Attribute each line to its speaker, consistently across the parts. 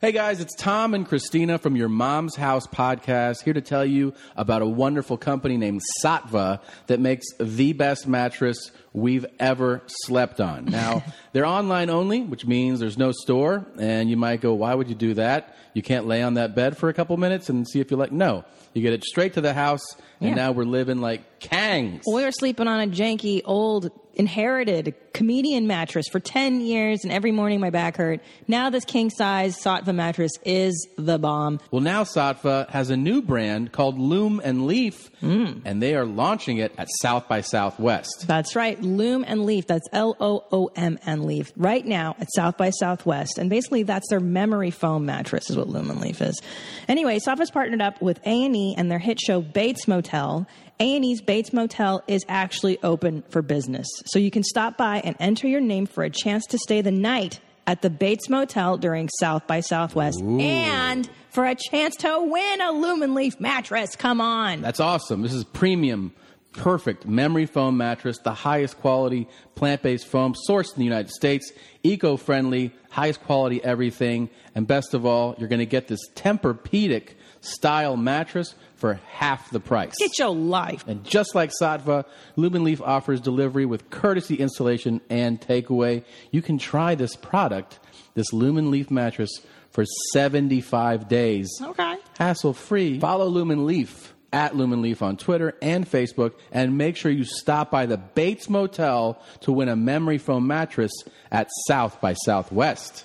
Speaker 1: Hey guys, it's Tom and Christina from Your Mom's House podcast here to tell you about a wonderful company named Satva that makes the best mattress we've ever slept on. Now, they're online only, which means there's no store, and you might go, why would you do that? You can't lay on that bed for a couple minutes and see if you like. No, you get it straight to the house, and
Speaker 2: Yeah.
Speaker 1: now we're living like kangs.
Speaker 2: We were sleeping on a janky old inherited comedian mattress for 10 years and every morning my back hurt. Now this king size Satva mattress is the bomb.
Speaker 1: Well, now Satva has a new brand called Loom and Leaf, and they are launching it at South by Southwest.
Speaker 2: That's right, Loom and Leaf. That's L O O M and Leaf. Right now at South by Southwest, and basically that's their memory foam mattress is what Loom and Leaf is. Anyway, Safa's partnered up with A and E and their hit show Bates Motel. A and E's Bates Motel is actually open for business, so you can stop by and enter your name for a chance to stay the night at the Bates Motel during South by Southwest, and for a chance to win a Loom and Leaf mattress. Come on.
Speaker 1: That's awesome. This is premium, perfect memory foam mattress, the highest quality plant based foam sourced in the United States, eco friendly, highest quality everything, and best of all, you're going to get this Tempur-Pedic style mattress for half the price.
Speaker 2: Get your life.
Speaker 1: And just like Satva, Lumen Leaf offers delivery with courtesy installation and takeaway. You can try this product, this Lumen Leaf mattress, for 75 days.
Speaker 2: Okay.
Speaker 1: Hassle free. Follow Lumen Leaf at Lumen Leaf on Twitter and Facebook, and make sure you stop by the Bates Motel to win a memory foam mattress at South by Southwest.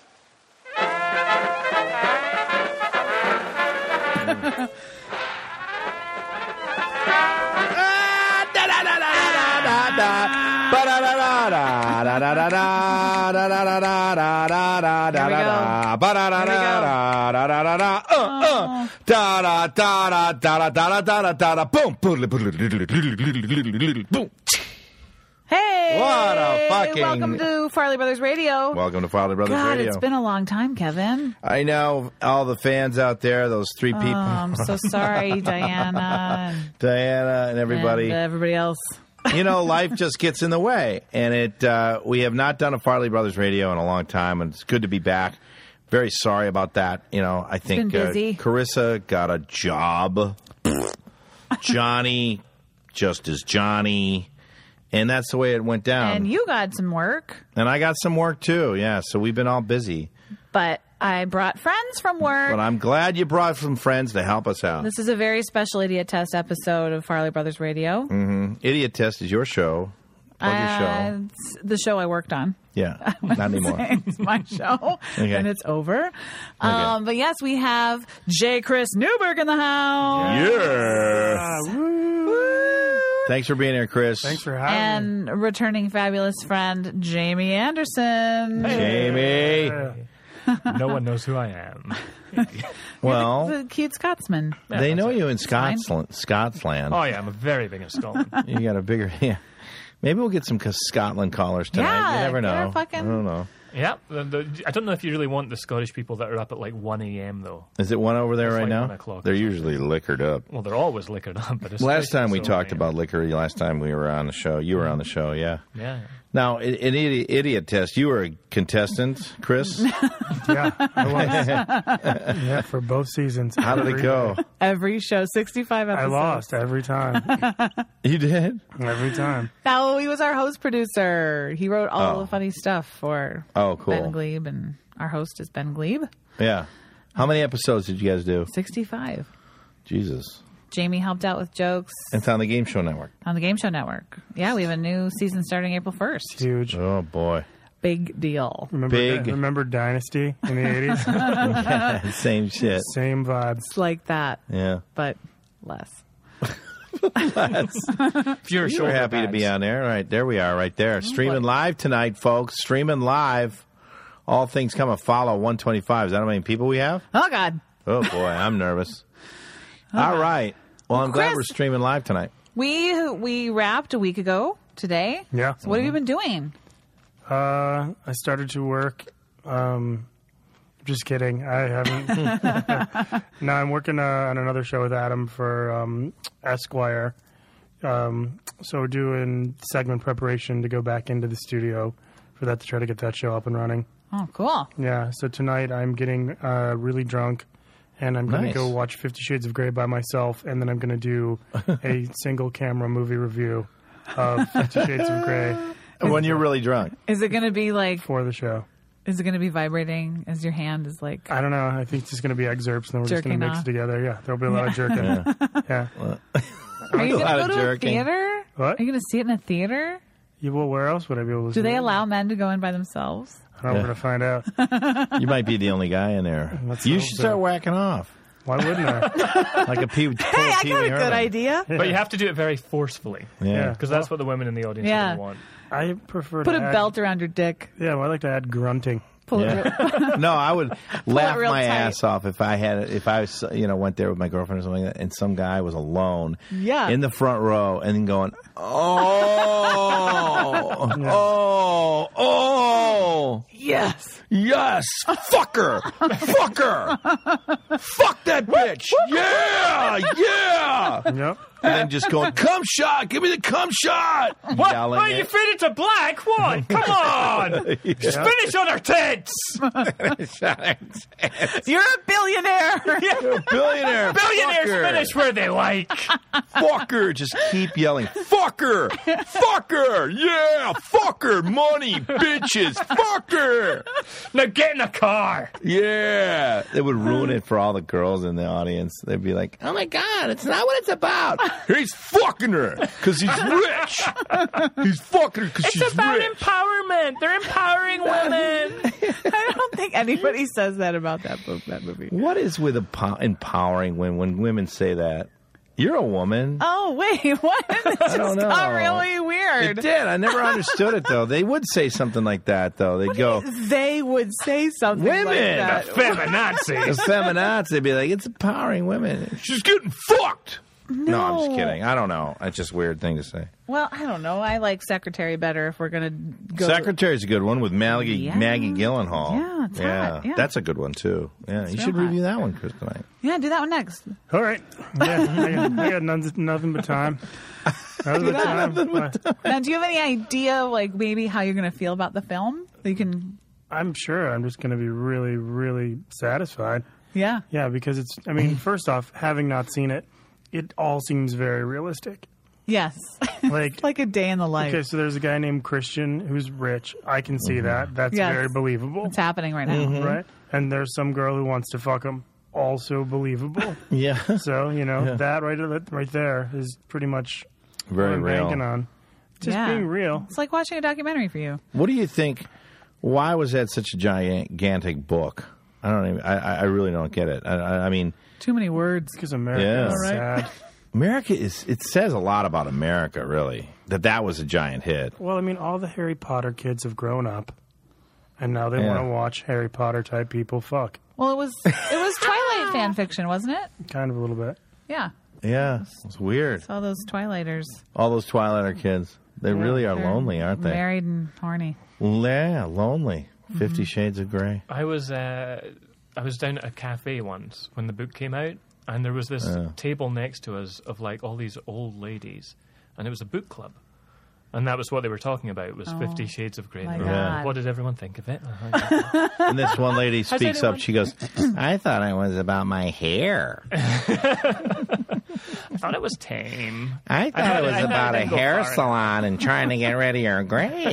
Speaker 3: Hey!
Speaker 4: What a fucking-
Speaker 3: Welcome to Farley Brothers Radio.
Speaker 4: Welcome to Farley Brothers
Speaker 3: God,
Speaker 4: Radio.
Speaker 3: it's been a long time, Kevin.
Speaker 4: I know all the fans out there, those three
Speaker 3: Oh,
Speaker 4: people,
Speaker 3: I'm so sorry, Diana and-
Speaker 4: Diana and everybody.
Speaker 3: and uh, everybody else.
Speaker 4: you know, life just gets in the way, and it. Uh, we have not done a Farley Brothers Radio in a long time, and it's good to be back. Very sorry about that. You know, I think
Speaker 3: been busy.
Speaker 4: Uh, Carissa got a job. Johnny, just as Johnny, and that's the way it went down.
Speaker 3: and you got some work,
Speaker 4: And I got some work too. Yeah, so we've been all busy,
Speaker 3: but I brought friends from work.
Speaker 4: but I'm glad you brought some friends to help us out.
Speaker 3: this is a very special idiot test episode of Farley Brothers Radio.
Speaker 4: Idiot Test is your show. Mm, Plug
Speaker 3: Uh,
Speaker 4: your show.
Speaker 3: it's the show I worked on.
Speaker 4: Yeah, not anymore.
Speaker 3: it's my show,
Speaker 4: Okay.
Speaker 3: and it's over. Um, but yes, we have J. Chris Newberg in the house.
Speaker 4: Yeah. Thanks for being here, Chris.
Speaker 5: Ah, Thanks for having me.
Speaker 3: and returning fabulous friend Jamie Anderson.
Speaker 4: Jamie.
Speaker 5: no one knows who I am.
Speaker 4: Well,
Speaker 3: The cute Scotsman.
Speaker 4: they know you in Scotland. Scotland.
Speaker 5: Oh yeah, I'm very big in Scotland.
Speaker 4: You got a bigger. Yeah. Maybe we'll get some c- Scotland callers tonight.
Speaker 3: Yeah,
Speaker 4: you never
Speaker 3: they're
Speaker 4: know.
Speaker 3: fucking-
Speaker 4: I don't know.
Speaker 5: yeah, the, the, I don't know if you really want the Scottish people that are up at like 1 a.m. though.
Speaker 4: Is it one over there right
Speaker 5: like
Speaker 4: now?
Speaker 5: one o'clock or
Speaker 4: They're usually liquored up.
Speaker 5: Well, they're always liquored up. But
Speaker 4: Last time we
Speaker 5: especially so
Speaker 4: talked
Speaker 5: late.
Speaker 4: about liquor, last time we were on the show, you were on the show, yeah.
Speaker 5: yeah,
Speaker 4: Now, i- an idiot, idiot test. You were a contestant, Chris.
Speaker 5: yeah,
Speaker 6: Yeah, for both seasons.
Speaker 4: How did it
Speaker 6: Every-
Speaker 4: go?
Speaker 3: Every show, 65
Speaker 6: I
Speaker 3: episodes.
Speaker 6: lost every time.
Speaker 4: You did?
Speaker 6: Every time.
Speaker 3: Now, he was our host producer. He wrote all the funny stuff for
Speaker 4: Oh, cool.
Speaker 3: Ben Glebe, and our host is Ben Glebe.
Speaker 4: Yeah. How many episodes did you guys do?
Speaker 3: 65.
Speaker 4: Jesus.
Speaker 3: Jamie helped out with jokes
Speaker 4: It's on the Game Show Network.
Speaker 3: on the Game Show Network. Yeah, we have a new season starting April 1st.
Speaker 6: Huge.
Speaker 4: Oh, boy.
Speaker 3: Big deal.
Speaker 6: Remember,
Speaker 4: Big.
Speaker 6: remember Dynasty in the 80s?
Speaker 4: Same shit.
Speaker 6: Same vibes.
Speaker 3: It's like that,
Speaker 4: Yeah.
Speaker 3: but less.
Speaker 4: Sure,
Speaker 5: fewer shoulder
Speaker 4: happy to be
Speaker 5: pads.
Speaker 4: on there. All right, there we are, right there. Streaming live tonight, folks. Streaming live. All things come and follow 125. Is that how many people we have?
Speaker 3: Oh, God.
Speaker 4: Oh, boy, I'm nervous. All right. Well, I'm glad
Speaker 3: Chris-
Speaker 4: we're streaming live tonight.
Speaker 3: We we wrapped a week ago today.
Speaker 6: Yeah.
Speaker 3: So what have you been doing?
Speaker 6: Uh, I started to work. Um, just kidding. I haven't. no, I'm working uh, on another show with Adam for um, Esquire. Um, so we're doing segment preparation to go back into the studio for that to try to get that show up and running.
Speaker 3: Oh, cool.
Speaker 6: Yeah, so tonight I'm getting uh, really drunk, and I'm going
Speaker 4: Nice.
Speaker 6: to go watch Fifty Shades of Grey by myself, and then I'm going to do a single camera movie review of Fifty Shades of Grey
Speaker 4: when you're really drunk.
Speaker 3: Is it going to be like?
Speaker 6: for the show.
Speaker 3: Is it going to be vibrating as your hand is like?
Speaker 6: I don't know. I think it's just going to be excerpts, and then we're just
Speaker 3: Jerking
Speaker 6: going to mix
Speaker 3: off.
Speaker 6: it together. Yeah, there'll be a lot of jerking. Yeah.
Speaker 3: Are you going
Speaker 4: a lot
Speaker 3: to
Speaker 4: of
Speaker 3: go to
Speaker 4: jerking.
Speaker 3: a theater?
Speaker 6: What?
Speaker 3: Are you going to see it in a theater?
Speaker 6: You, well, where else would I be able to?
Speaker 3: Do they allow men to go in by themselves?
Speaker 6: I don't know. We're going to find out.
Speaker 4: You might be the only guy in there.
Speaker 6: Let's
Speaker 4: you
Speaker 6: hope
Speaker 4: should
Speaker 6: so.
Speaker 4: start whacking off
Speaker 6: Why wouldn't I?
Speaker 4: like a pee. hey,
Speaker 3: I got a good idea.
Speaker 5: But you have to do it very forcefully
Speaker 4: Yeah.
Speaker 5: because that's what the women in the audience
Speaker 3: Yeah.
Speaker 5: are gonna want.
Speaker 6: I prefer
Speaker 3: Put
Speaker 6: to
Speaker 3: a
Speaker 6: add-
Speaker 3: belt around your dick.
Speaker 6: Yeah, well, I like to add grunting.
Speaker 3: Pull it.
Speaker 4: Yeah. no, I would laugh
Speaker 3: real
Speaker 4: my
Speaker 3: tight.
Speaker 4: ass off if I had if I was, you know went there with my girlfriend or something like that, and some guy was alone,
Speaker 3: Yeah.
Speaker 4: in the front row, and then going, oh, oh, oh,
Speaker 3: Yes.
Speaker 4: yes, fucker, fucker, fuck that bitch, yeah, yeah, and
Speaker 6: Yep.
Speaker 4: then just going, cum shot, give me the cum shot,
Speaker 5: What?
Speaker 4: yelling
Speaker 5: Why
Speaker 4: it.
Speaker 5: you faded to black? What? Come on! Just finish on our tits.
Speaker 3: You're a billionaire.
Speaker 4: billionaire,
Speaker 5: Billionaires
Speaker 4: fucker.
Speaker 5: finish where they like.
Speaker 4: fucker. Just keep yelling, fucker, fucker, yeah, fucker, money, bitches, fucker.
Speaker 5: Now get in a car.
Speaker 4: Yeah. It would ruin it for all the girls in the audience. They'd be like, oh my God, it's not what it's about. He's fucking her because he's rich. He's fucking her because she's rich.
Speaker 5: empowerment. They're empowering women.
Speaker 3: I don't think anybody says that about that book, that movie.
Speaker 4: what is with empo- empowering women when women say that? You're a woman.
Speaker 3: Oh wait, what? This just
Speaker 4: don't
Speaker 3: got
Speaker 4: know.
Speaker 3: really
Speaker 4: It
Speaker 3: weird.
Speaker 4: did. I never understood it though. They would say something like that though. They'd go,
Speaker 3: They would say something like
Speaker 4: Women.
Speaker 3: that.
Speaker 4: The
Speaker 5: Feminazis.
Speaker 4: feminazis be like, it's empowering women. She's getting fucked. No. I'm just kidding. I don't know. That's just a weird thing to say.
Speaker 3: Well, I don't know. I like secretary better if we're gonna go.
Speaker 4: Secretary's a good one with Maggie
Speaker 3: Yeah.
Speaker 4: Maggie Gyllenhaal.
Speaker 3: Yeah, it's hot. Yeah.
Speaker 4: that's a good one too. Yeah, you should
Speaker 3: real
Speaker 4: review that one, Chris tonight.
Speaker 3: yeah, do that one next.
Speaker 6: All right. Yeah, I got, I got none, nothing but time. Nothing but time.
Speaker 3: Now, do you have any idea, like maybe how you're gonna feel about the film? You can,
Speaker 6: I, am sure I'm just going to be really, really satisfied.
Speaker 3: yeah.
Speaker 6: Yeah, because it's, I mean, first off, having not seen it, it all seems very realistic.
Speaker 3: Yes.
Speaker 6: Like,
Speaker 3: like a day in the life.
Speaker 6: okay, so there's a guy named Christian who's rich. I can see that. That's
Speaker 3: Yes.
Speaker 6: very believable.
Speaker 3: It's happening right now.
Speaker 6: Right? And there's some girl who wants to fuck him. Also believable.
Speaker 4: Yeah,
Speaker 6: so, you know,
Speaker 4: Yeah.
Speaker 6: that right, right there is pretty much what
Speaker 4: very
Speaker 6: I'm
Speaker 4: real.
Speaker 6: banking on. Just
Speaker 3: Yeah.
Speaker 6: being real.
Speaker 3: It's like watching a documentary for you.
Speaker 4: What do you think? Why was that such a gigantic book? I don't. Even, I, I- I really don't get it. I, I, I mean,
Speaker 3: Too many words.
Speaker 6: Because America
Speaker 4: Yeah.
Speaker 6: is
Speaker 4: All
Speaker 6: sad.
Speaker 4: America is. It says a lot about America, really. That that was a giant hit.
Speaker 6: Well, I mean, all the Harry Potter kids have grown up, and now they
Speaker 4: Yeah.
Speaker 6: want to watch Harry Potter type people fuck.
Speaker 3: Well, it was it was Twilight fan fiction, wasn't it?
Speaker 6: Kind of a little bit.
Speaker 3: Yeah.
Speaker 4: Yeah, it's weird.
Speaker 3: All those Twilighters.
Speaker 4: All those Twilighter
Speaker 5: Mm.
Speaker 4: kids. They really are lonely, aren't they?
Speaker 3: Married and horny.
Speaker 4: Yeah, lonely.
Speaker 5: Mm-hmm.
Speaker 4: 50 Shades of Grey.
Speaker 5: I was uh, I was down at a cafe once when the book came out, and there was this table next to us of like all these old ladies, and it was a book club. And that was what they were talking about. Was Fifty Shades of Grey.
Speaker 3: Oh my
Speaker 5: They were like,
Speaker 3: God.
Speaker 5: What did everyone think of it? Uh-huh.
Speaker 4: And this one lady speaks
Speaker 5: anyone-
Speaker 4: up. She goes, I thought it was about my hair.
Speaker 5: I thought it was tame.
Speaker 4: I thought it was
Speaker 5: I thought it
Speaker 4: about a
Speaker 5: didn't go
Speaker 4: hair
Speaker 5: far enough."
Speaker 4: salon and trying to get rid of your gray.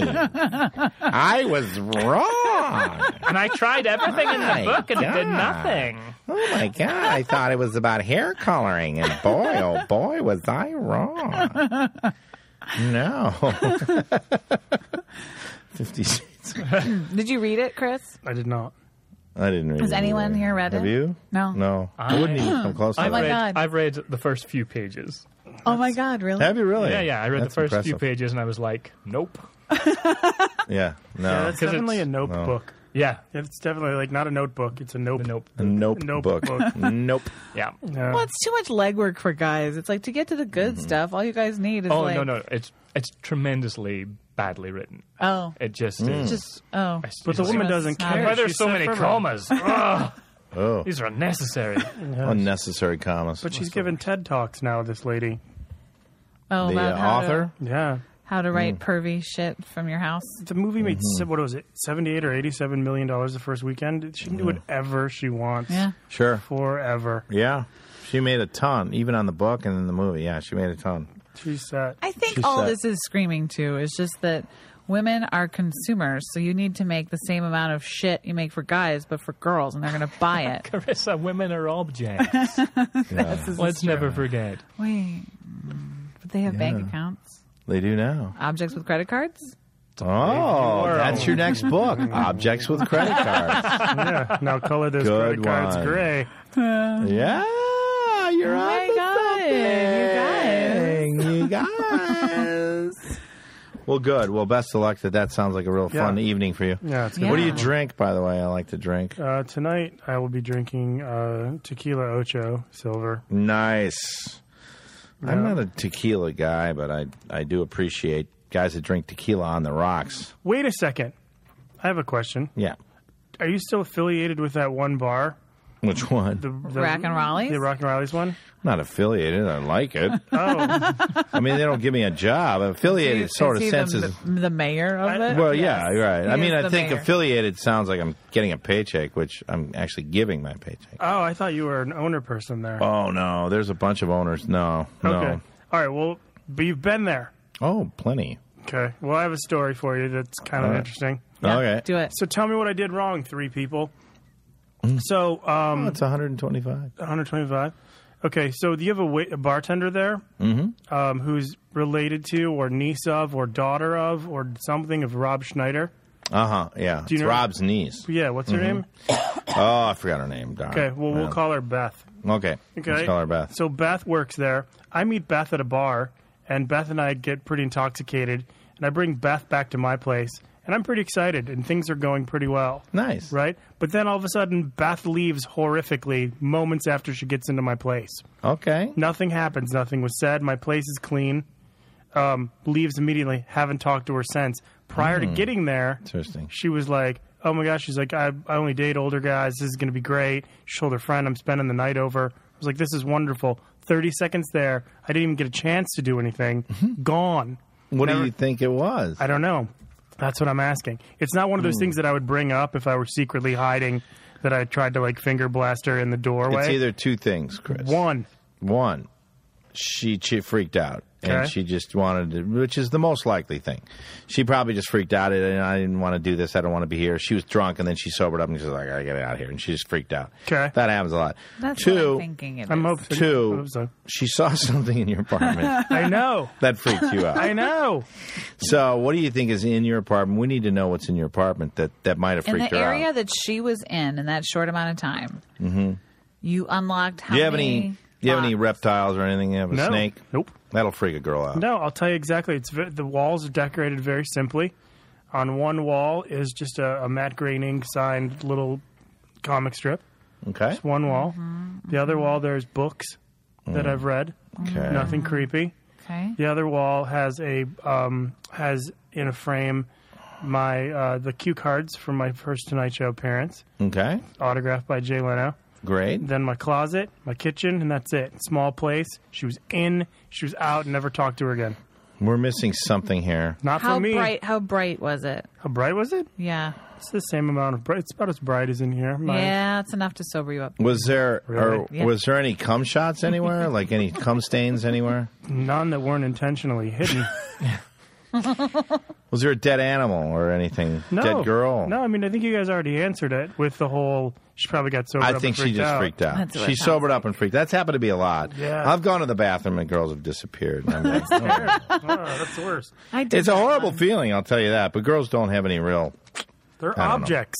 Speaker 4: I was Oh, wrong.
Speaker 5: And I tried everything in
Speaker 4: My
Speaker 5: the book and it did
Speaker 4: God.
Speaker 5: nothing.
Speaker 4: Oh my God. I thought it was about hair coloring. And boy, oh boy, was I wrong. No. 50 Shades.
Speaker 3: Did you read it, Chris?
Speaker 6: I did not.
Speaker 4: I didn't read
Speaker 3: Has
Speaker 4: it
Speaker 3: anyone
Speaker 4: either.
Speaker 3: here read
Speaker 4: Have
Speaker 3: it?
Speaker 4: you?
Speaker 3: No.
Speaker 4: No. I, wouldn't even come close to
Speaker 5: I've
Speaker 4: that.
Speaker 3: Oh my
Speaker 5: read,
Speaker 3: God.
Speaker 5: I've read the first few pages.
Speaker 3: Oh my God, really?
Speaker 4: Have you really?
Speaker 5: Yeah, yeah. I read
Speaker 4: Oh, That's
Speaker 5: the first few
Speaker 4: impressive.
Speaker 5: pages and I was like, nope.
Speaker 4: Yeah, no.
Speaker 6: Yeah, that's
Speaker 5: 'cause
Speaker 6: definitely a
Speaker 5: it's-
Speaker 6: notebook.
Speaker 5: Yeah,
Speaker 6: Yeah, It's definitely like not a notebook. It's a nope.
Speaker 5: nope.
Speaker 4: nope,
Speaker 6: Nope
Speaker 4: book.
Speaker 6: book.
Speaker 4: nope.
Speaker 5: Yeah.
Speaker 6: Yeah.
Speaker 3: Well, it's too much legwork for guys. It's like to get to the good
Speaker 4: Mm-hmm.
Speaker 3: stuff, all you guys need is
Speaker 5: Oh
Speaker 3: like,
Speaker 5: no, no. It's it's tremendously badly written.
Speaker 3: oh,
Speaker 5: It just
Speaker 4: Mm.
Speaker 5: is.
Speaker 3: just oh,
Speaker 5: it's
Speaker 6: but the
Speaker 5: just-
Speaker 6: woman
Speaker 3: Stress.
Speaker 6: doesn't
Speaker 3: Why
Speaker 6: care.
Speaker 5: Why there's
Speaker 6: She's
Speaker 5: so
Speaker 6: set
Speaker 5: many
Speaker 6: for everyone.
Speaker 5: commas? Ugh,
Speaker 4: Oh,
Speaker 5: these are unnecessary.
Speaker 4: unnecessary commas.
Speaker 6: But she's given TED talks now. This lady.
Speaker 3: oh,
Speaker 4: the
Speaker 3: about
Speaker 4: uh,
Speaker 3: how to-
Speaker 4: author. Mm.
Speaker 6: Yeah.
Speaker 3: How to write pervy shit from your house.
Speaker 6: The movie made se- what was it, seventy-eight or eighty-seven million dollars the first weekend. She can do whatever she wants.
Speaker 3: Yeah.
Speaker 4: Sure.
Speaker 6: Forever.
Speaker 4: Yeah. She made a ton, even on the book and in the movie. Yeah, she made a ton.
Speaker 6: She's set.
Speaker 3: I think
Speaker 4: She's
Speaker 3: all
Speaker 4: set.
Speaker 3: this is screaming to is just that women are consumers, so you need to make the same amount of shit you make for guys, but for girls, and they're going to buy it.
Speaker 5: Carissa, women are objects.
Speaker 4: Yeah.
Speaker 5: Let's never forget.
Speaker 3: Wait, mm, but they have bank accounts,
Speaker 4: they do now.
Speaker 3: objects with credit cards.
Speaker 4: Oh, that's your next book. Objects with credit cards.
Speaker 6: yeah. Now color those
Speaker 4: Good
Speaker 6: credit cards
Speaker 4: one.
Speaker 6: gray.
Speaker 4: Yeah. You're
Speaker 3: Oh my God, you
Speaker 4: on. You guys. You guys. Well, good. Well, best of luck. That that sounds like a real fun
Speaker 6: Yeah.
Speaker 4: evening for you.
Speaker 6: Yeah, it's good.
Speaker 3: Yeah.
Speaker 4: What do you drink, by the way? I like to drink.
Speaker 6: Uh, tonight I will be drinking uh, tequila ocho silver.
Speaker 4: Nice. I'm not a tequila guy, but I I do appreciate guys that drink tequila on the rocks.
Speaker 6: Wait a second, I have a question.
Speaker 4: Yeah.
Speaker 6: Are you still affiliated with that one bar,
Speaker 4: Which one?
Speaker 6: the, the
Speaker 3: Rock and Raleigh's?
Speaker 6: the Rock and Raleigh's one?
Speaker 4: not affiliated. I like it.
Speaker 6: Oh,
Speaker 4: I mean, they don't give me a job. Affiliated
Speaker 3: Is
Speaker 4: sort of
Speaker 3: he
Speaker 4: senses.
Speaker 3: the, the mayor of it.
Speaker 4: well, yeah, you're right.
Speaker 3: Uh, He
Speaker 4: I mean,
Speaker 3: is
Speaker 4: I
Speaker 3: the
Speaker 4: think
Speaker 3: mayor.
Speaker 4: affiliated sounds like I'm getting a paycheck, which I'm actually giving my paycheck.
Speaker 6: oh, I thought you were an owner person there.
Speaker 4: Oh no, there's a bunch of owners. No,
Speaker 6: okay.
Speaker 4: no.
Speaker 6: All right. Well, but you've been there.
Speaker 4: Oh, plenty.
Speaker 6: Okay. Well, I have a story for you that's kind of interesting.
Speaker 3: Yeah,
Speaker 4: okay,
Speaker 3: do it.
Speaker 6: So tell me what I did wrong, three people. So,
Speaker 4: Oh,
Speaker 6: um,
Speaker 4: it's 125.
Speaker 6: 125. Okay, so do you have a, wait, a bartender there
Speaker 4: Mm-hmm.
Speaker 6: um, who's related to, or niece of, or daughter of, or something of Rob Schneider?
Speaker 4: Uh huh. Yeah.
Speaker 6: you
Speaker 4: it's
Speaker 6: know-
Speaker 4: Rob's niece.
Speaker 6: Yeah, what's her name?
Speaker 4: Oh, I forgot her name. Darn.
Speaker 6: Okay, well, we'll
Speaker 4: Mm-hmm. Yeah.
Speaker 6: call her Beth.
Speaker 4: Okay.
Speaker 6: Okay.
Speaker 4: Let's call her Beth.
Speaker 6: So Beth works there. I meet Beth at a bar, and Beth and I get pretty intoxicated, and I bring Beth back to my place, and I'm pretty excited, and things are going pretty well.
Speaker 4: nice.
Speaker 6: Right? But then all of a sudden, Beth leaves horrifically moments after she gets into my place.
Speaker 4: Okay.
Speaker 6: Nothing happens. Nothing was said. My place is clean. Um, leaves immediately. Haven't talked to her since. Prior to getting there,
Speaker 4: Hmm. Interesting.
Speaker 6: she was like, "Oh my gosh!" She's like, "I, I only date older guys. This is going to be great." She told her friend, "I'm spending the night over." I was like, "This is wonderful." Thirty seconds there, I didn't even get a chance to do anything.
Speaker 4: Mm-hmm.
Speaker 6: Gone.
Speaker 4: What
Speaker 6: Never-
Speaker 4: do you think it was?
Speaker 6: I don't know. That's what I'm asking. It's not one of
Speaker 4: Hmm.
Speaker 6: those things that I would bring up if I were secretly hiding that I tried to like finger blast her in the doorway.
Speaker 4: it's either two things, Chris.
Speaker 6: one.
Speaker 4: One, she she freaked out and
Speaker 6: Okay.
Speaker 4: she just wanted to, which is the most likely thing. She probably just freaked out and I didn't want to do this. I don't want to be here. She was drunk and then she sobered up and she's like, I gotta get out of here. And she just freaked out.
Speaker 6: Okay.
Speaker 4: That happens a lot.
Speaker 3: That's what I'm
Speaker 4: two,
Speaker 3: thinking. It is.
Speaker 6: I'm hoping. I
Speaker 4: two,
Speaker 6: hope so.
Speaker 4: she saw something in your apartment
Speaker 6: I know.
Speaker 4: that freaked you
Speaker 6: I
Speaker 4: out.
Speaker 6: know.
Speaker 4: So, what do you think is in your apartment? We need to know what's in your apartment that that might have
Speaker 3: in
Speaker 4: freaked
Speaker 3: the
Speaker 4: her
Speaker 3: area
Speaker 4: out.
Speaker 3: that she was in in that short amount of time. Mm-hmm. You unlocked how
Speaker 4: do you have
Speaker 3: many?
Speaker 4: any? Do you have any
Speaker 3: locks?
Speaker 4: reptiles or anything? You have a
Speaker 6: No.
Speaker 4: snake?
Speaker 6: Nope.
Speaker 4: That'll freak a girl out.
Speaker 6: No, I'll tell you exactly. It's ve- the walls are decorated very simply. On one wall is just a, a Matt Groening signed little comic strip.
Speaker 4: Okay.
Speaker 6: One wall. The other wall there's books that I've read.
Speaker 4: Okay.
Speaker 6: Nothing creepy.
Speaker 3: Okay.
Speaker 6: The other wall has a um, has in a frame my uh, the cue cards from my first Tonight Show appearance,
Speaker 4: Okay.
Speaker 6: autographed by Jay Leno.
Speaker 4: Great.
Speaker 6: Then my closet, my kitchen, and that's it. Small place. She was in. She was out. Never talked to her again.
Speaker 4: We're missing something here.
Speaker 6: Not
Speaker 3: How
Speaker 6: for me.
Speaker 3: bright? How bright was it?
Speaker 6: How bright was it?
Speaker 3: Yeah.
Speaker 6: It's the same amount of bright. It's about as bright as in here. My-
Speaker 3: Yeah, it's enough to sober you up.
Speaker 4: Was there or
Speaker 3: Yeah.
Speaker 4: was there any cum shots anywhere? like any cum stains anywhere?
Speaker 6: None that weren't intentionally hidden.
Speaker 4: Was there a dead animal or anything?
Speaker 6: No.
Speaker 4: Dead girl?
Speaker 6: No, I mean, I think you guys already answered it with the whole. She probably got sobered
Speaker 4: I
Speaker 6: up. and
Speaker 4: think she just freaked out.
Speaker 3: That's what
Speaker 4: She
Speaker 3: it sounds
Speaker 4: sobered up and freaked. That's happened to be a lot.
Speaker 6: Yeah.
Speaker 4: I've gone to the bathroom and girls have disappeared. And I'm like, "Oh."
Speaker 6: Oh, that's the worst.
Speaker 3: I did.
Speaker 4: it's a
Speaker 3: that
Speaker 4: horrible
Speaker 3: one.
Speaker 4: feeling, I'll tell you that. But girls don't have any real.
Speaker 6: They're
Speaker 4: I don't know.
Speaker 6: objects.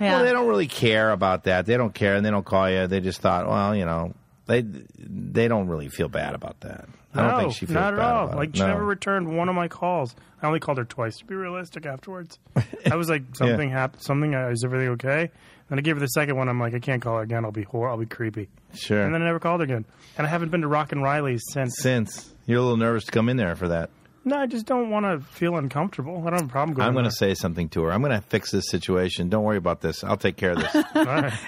Speaker 3: Yeah.
Speaker 4: Well, they don't really care about that. They don't care and they don't call you. They just thought, well, you know, they they don't really feel bad about that. I
Speaker 6: no,
Speaker 4: don't think she feels
Speaker 6: not at
Speaker 4: bad
Speaker 6: all.
Speaker 4: about
Speaker 6: Like
Speaker 4: it.
Speaker 6: she
Speaker 4: No.
Speaker 6: never returned one of my calls. I only called her twice to be realistic. Afterwards, I was like, something happened. Something uh, is everything okay? Then I gave her the second one. I'm like, I can't call her again. I'll be whore. I'll be creepy.
Speaker 4: Sure.
Speaker 6: And then I never called her again. And I haven't been to Rock and Riley's since.
Speaker 4: Since you're a little nervous to come in there for that.
Speaker 6: No, I just don't want to feel uncomfortable. I don't have a problem going.
Speaker 4: I'm going to
Speaker 6: there.
Speaker 4: say something to her. I'm going to fix this situation. Don't worry about this. I'll take care of this.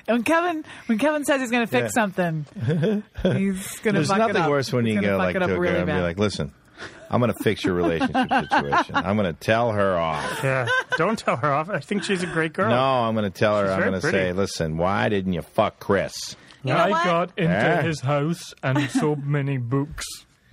Speaker 3: When Kevin, when Kevin says he's going to fix something, he's going to
Speaker 4: There's
Speaker 3: fuck it
Speaker 4: nothing
Speaker 3: up.
Speaker 4: worse when
Speaker 3: He's
Speaker 4: you
Speaker 3: gonna
Speaker 4: go
Speaker 3: fuck
Speaker 4: like
Speaker 3: it
Speaker 4: to
Speaker 3: up
Speaker 4: a girl
Speaker 3: really
Speaker 4: and be
Speaker 3: bad.
Speaker 4: like, "Listen, I'm going to fix your relationship situation. I'm going to tell her off.
Speaker 6: Yeah. Don't tell her off. I think she's a great girl.
Speaker 4: No, I'm going to tell her.
Speaker 6: She's
Speaker 4: I'm
Speaker 6: very
Speaker 4: going to
Speaker 6: pretty.
Speaker 4: say, listen, why didn't you fuck Chris?
Speaker 2: You know
Speaker 5: I
Speaker 2: what?
Speaker 5: got into
Speaker 4: Yeah.
Speaker 5: his house and so many books.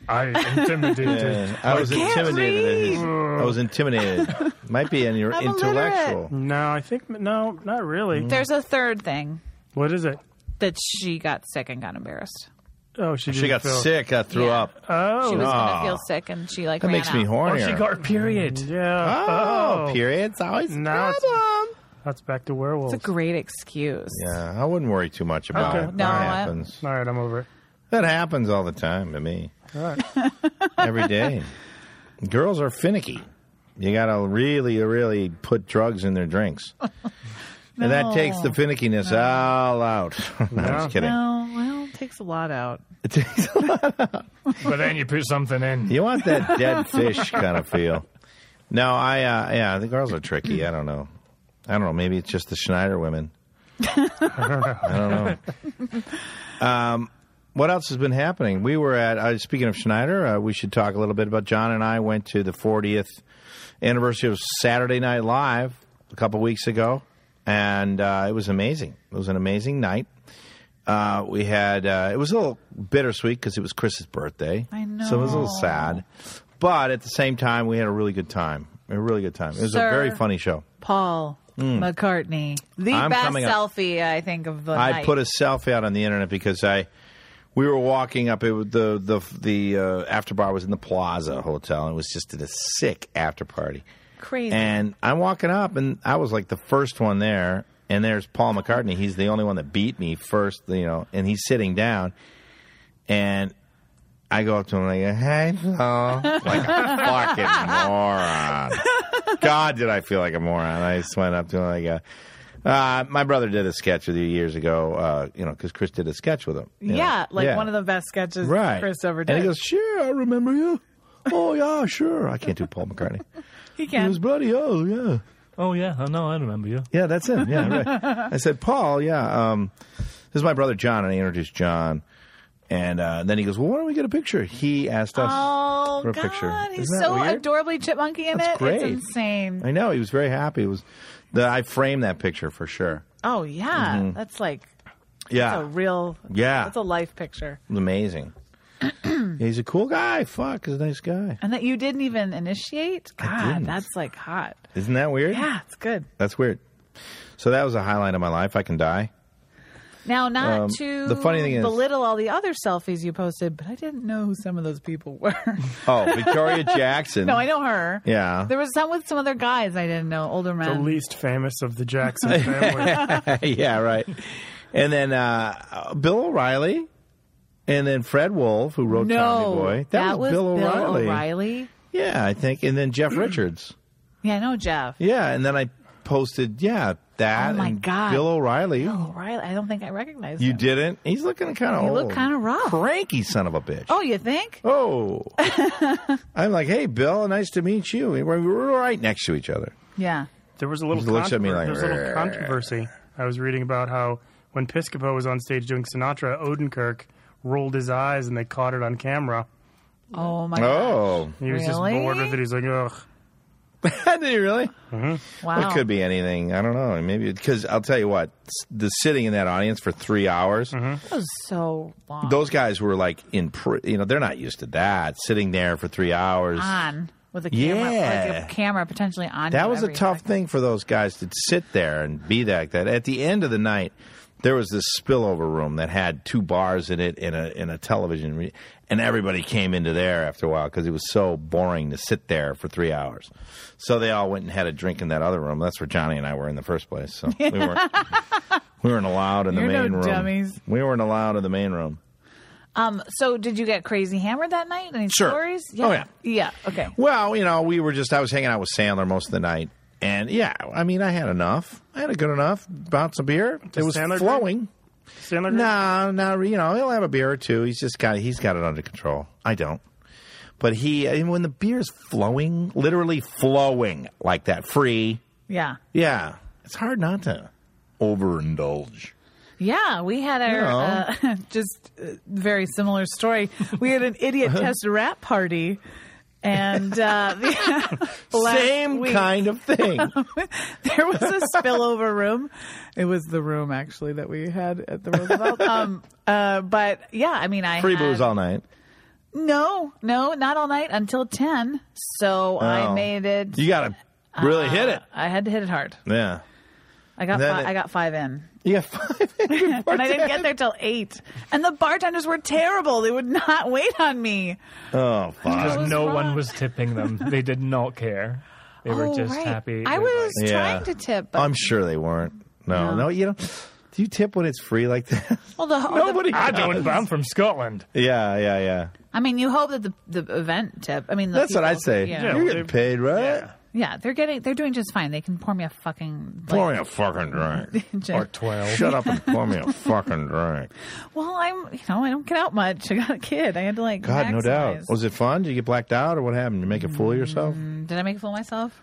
Speaker 5: I
Speaker 4: Uh,
Speaker 5: intimidated.
Speaker 4: I was
Speaker 3: can't
Speaker 4: intimidated. I was intimidated. Might be in your
Speaker 3: I'm
Speaker 4: intellectual.
Speaker 6: No, I think no, not really.
Speaker 4: Mm.
Speaker 3: There's a third thing
Speaker 6: What is it?
Speaker 3: that she got sick and got embarrassed.
Speaker 6: Oh, she,
Speaker 4: She
Speaker 6: didn't
Speaker 4: got
Speaker 6: feel-
Speaker 4: sick. I threw
Speaker 3: Yeah.
Speaker 4: up.
Speaker 6: Oh,
Speaker 3: She was
Speaker 4: Oh.
Speaker 3: gonna feel sick and she like
Speaker 4: That
Speaker 3: ran
Speaker 4: makes me
Speaker 3: out.
Speaker 5: Oh,
Speaker 4: horny.
Speaker 5: she got her period.
Speaker 6: yeah.
Speaker 4: Oh, periods always a
Speaker 6: Now it's-
Speaker 4: problem.
Speaker 6: That's back to werewolves.
Speaker 3: It's a great excuse.
Speaker 4: Yeah, I wouldn't worry too much about
Speaker 6: Okay.
Speaker 4: it.
Speaker 3: No,
Speaker 4: that
Speaker 3: I-
Speaker 4: happens.
Speaker 6: All right, I'm over it.
Speaker 4: That happens all the time to me. Every day. Girls are finicky. You got to really, really put drugs in their drinks. And that takes the finickiness all out. no, I'm just kidding.
Speaker 3: Well, well, it takes a lot out.
Speaker 4: It takes-
Speaker 5: But then you put something in.
Speaker 4: you want that dead fish kind of feel. No, I, uh, yeah, the girls are tricky. I don't know. I don't know. Maybe it's just the Schneider women. I don't know. I don't know. Um, what else has been happening? We were at, uh, speaking of Schneider, uh, we should talk a little bit about John and I went to the 40th anniversary of Saturday Night Live a couple weeks ago, and uh, it was amazing. It was an amazing night. Uh, we had, uh, it was a little bittersweet because it was Chris's birthday.
Speaker 3: I
Speaker 4: So it was a little
Speaker 3: know.
Speaker 4: sad. But at the same time, we had a really good time. A really good time. It was a
Speaker 3: Sir.
Speaker 4: very funny show.
Speaker 3: Paul McCartney, the
Speaker 4: Hmm. I'm
Speaker 3: best
Speaker 4: coming up-
Speaker 3: selfie I think of the
Speaker 4: I
Speaker 3: night.
Speaker 4: put a selfie out on the internet because I we were walking up. It was the the the uh, after bar was in the Plaza Hotel, and it was just a sick after party.
Speaker 3: crazy.
Speaker 4: And I'm walking up, and I was like the first one there. And there's Paul McCartney. He's the only one that beat me first, you know. And he's sitting down, and I go up to him and I go, "Hey, Paul!" like a fucking moron. God, did I feel like a moron? I just went up to him and I go. Uh, my brother did a sketch with you years ago, uh, you know, because Chris did a sketch with him. you
Speaker 3: yeah,
Speaker 4: know.
Speaker 3: like one of the best sketches
Speaker 4: right.
Speaker 3: Chris ever did.
Speaker 4: And he goes, "Sure, I remember you." oh yeah, sure. I can't do Paul McCartney.
Speaker 3: He
Speaker 4: He
Speaker 3: can.
Speaker 4: was bloody oh yeah.
Speaker 5: Oh yeah, I know. I remember you.
Speaker 4: Yeah, that's him. Yeah, right. I said, Paul, yeah, um, this is my brother John, and I introduced John. And uh, then he goes, Well, why don't we get a picture? He asked us
Speaker 3: Oh
Speaker 4: for a
Speaker 3: God!
Speaker 4: picture.
Speaker 3: He's
Speaker 4: Isn't that
Speaker 3: so
Speaker 4: weird?
Speaker 3: adorably chipmunky in
Speaker 4: That's
Speaker 3: it.
Speaker 4: great.
Speaker 3: It's insane.
Speaker 4: I know. He was very happy. It was the, I framed that picture for sure.
Speaker 3: Oh yeah, that's like
Speaker 4: Mm-hmm. Yeah.
Speaker 3: a real.
Speaker 4: Yeah.
Speaker 3: that's a life picture.
Speaker 4: It was amazing. Yeah, he's a cool guy. Fuck, he's a nice guy.
Speaker 3: And that you didn't even initiate. God,
Speaker 4: didn't.
Speaker 3: that's like hot.
Speaker 4: Isn't that weird?
Speaker 3: Yeah, it's good.
Speaker 4: That's weird. So that was a highlight of my life. I can die.
Speaker 3: Now, not
Speaker 4: Um,
Speaker 3: to
Speaker 4: the funny thing is-
Speaker 3: belittle all the other selfies you posted, but I didn't know who some of those people were.
Speaker 4: Oh, Victoria Jackson.
Speaker 3: no, I know her.
Speaker 4: Yeah.
Speaker 3: There was some with some other guys I didn't know, older
Speaker 6: The
Speaker 3: men.
Speaker 6: least famous of the Jackson family.
Speaker 4: yeah, right. And then uh, Bill O'Reilly, and then Fred Wolf, who wrote
Speaker 3: no,
Speaker 4: Tommy Boy.
Speaker 3: that, was Bill O'Reilly.
Speaker 4: Yeah, I think. And then Jeff Richards.
Speaker 3: Yeah, I know Jeff.
Speaker 4: Yeah, and then I posted, yeah, that
Speaker 3: Oh, my
Speaker 4: and
Speaker 3: God.
Speaker 4: Bill O'Reilly.
Speaker 3: O'Reilly. I don't think I recognized
Speaker 4: You Oh.
Speaker 3: him.
Speaker 4: didn't? He's looking kind of
Speaker 3: He
Speaker 4: old.
Speaker 3: looked kinda rough.
Speaker 4: Cranky son of a bitch.
Speaker 3: Oh, you think?
Speaker 4: Oh. I'm like, hey, Bill, nice to meet you. We were we were right next to each other.
Speaker 3: Yeah.
Speaker 6: There was a little,
Speaker 4: He looks at me
Speaker 6: controver-
Speaker 4: like,
Speaker 6: there was a
Speaker 4: "Rrr."
Speaker 6: little controversy. I was reading about how when Piscopo was on stage doing Sinatra, Odenkirk rolled his eyes and they caught it on camera.
Speaker 3: Oh my
Speaker 4: Oh.
Speaker 6: He was just
Speaker 3: Really?
Speaker 6: bored with it. He's like, ugh.
Speaker 4: Did he really?
Speaker 3: gosh. Wow.
Speaker 4: It could be anything. I don't know. Maybe because I'll tell you what, s- the sitting in that audience for three hours,
Speaker 3: That was so long.
Speaker 4: those guys were like in, pr- you know, they're not used to that. Sitting there for three hours.
Speaker 3: on with a camera,
Speaker 4: Yeah.
Speaker 3: like a camera potentially on.
Speaker 4: that
Speaker 3: you
Speaker 4: was a
Speaker 3: every
Speaker 4: tough
Speaker 3: second.
Speaker 4: thing for those guys to sit there and be like that. At the end of the night, there was this spillover room that had two bars in it and a and a television, re- and everybody came into there after a while because it was so boring to sit there for three hours. So they all went and had a drink in that other room. That's where Johnny and I were in the first place. So we weren't we weren't allowed in the
Speaker 3: You're no
Speaker 4: main room.
Speaker 3: dummies.
Speaker 4: We weren't allowed in the main room.
Speaker 3: Um, so did you get crazy hammered that night? Any
Speaker 4: Sure.
Speaker 3: stories?
Speaker 4: Oh, yeah.
Speaker 3: Yeah. Okay.
Speaker 4: Well, you know, we were just, I was hanging out with Sandler most of the night. And yeah, I mean, I had enough. I had a good enough bounce of beer. it was
Speaker 6: Sandler
Speaker 4: flowing.
Speaker 6: Sandler
Speaker 4: No, no, you know, he'll have a beer or two. He's just got, he's got it under control. I don't. But he, and when the beer's flowing, literally flowing like that, free,
Speaker 3: Yeah.
Speaker 4: yeah, it's hard not to overindulge.
Speaker 3: Yeah. We had
Speaker 4: Uh-huh.
Speaker 3: our uh, just uh, very similar story. We had an idiot test rat party and uh, the last
Speaker 4: Same
Speaker 3: week-
Speaker 4: kind of thing.
Speaker 3: there was a spillover room. It was the room actually that we had at the Roosevelt. um, uh, but yeah, I mean, I
Speaker 4: Free
Speaker 3: had,
Speaker 4: booze all night.
Speaker 3: No, no, not all night until ten. So I
Speaker 4: Oh.
Speaker 3: made it.
Speaker 4: You got
Speaker 3: Uh,
Speaker 4: to really hit it.
Speaker 3: I had to hit it hard.
Speaker 4: Yeah.
Speaker 3: I got
Speaker 4: Then
Speaker 3: fi-
Speaker 4: it-
Speaker 3: I got five in,
Speaker 4: You got five.
Speaker 3: and I didn't get there till eight. And the bartenders were terrible. They would not wait on me.
Speaker 4: Oh, fuck.
Speaker 5: Because
Speaker 3: was
Speaker 5: no one
Speaker 3: wrong.
Speaker 5: was tipping them. They did not care. They were
Speaker 3: Oh,
Speaker 5: just
Speaker 3: right.
Speaker 5: happy.
Speaker 3: I
Speaker 5: with,
Speaker 3: was
Speaker 5: like-
Speaker 4: Yeah.
Speaker 3: trying to tip, but
Speaker 4: I'm sure they weren't. No, no, you know. Do you tip when it's free like that?
Speaker 3: well, the,
Speaker 4: Nobody.
Speaker 5: I don't. but I'm from Scotland.
Speaker 4: Yeah, yeah, yeah.
Speaker 3: I mean, you hope that the the event tip. I mean, the
Speaker 4: That's what
Speaker 3: people-
Speaker 4: I'd say.
Speaker 3: you know.
Speaker 5: Yeah.
Speaker 4: You're getting paid, right?
Speaker 5: Yeah.
Speaker 3: Yeah, they're getting they're doing just fine. They can pour me a fucking like,
Speaker 4: Pour me a fucking drink.
Speaker 3: gin.
Speaker 5: Or twelve.
Speaker 4: Shut up and pour me a fucking drink.
Speaker 3: Well, I'm you know I don't get out much. I got a kid. I had to like
Speaker 4: God, no doubt.
Speaker 3: maximize.
Speaker 4: Was it fun? Did you get blacked out, or what happened? You make a fool of yourself?
Speaker 3: Did I make a fool of myself?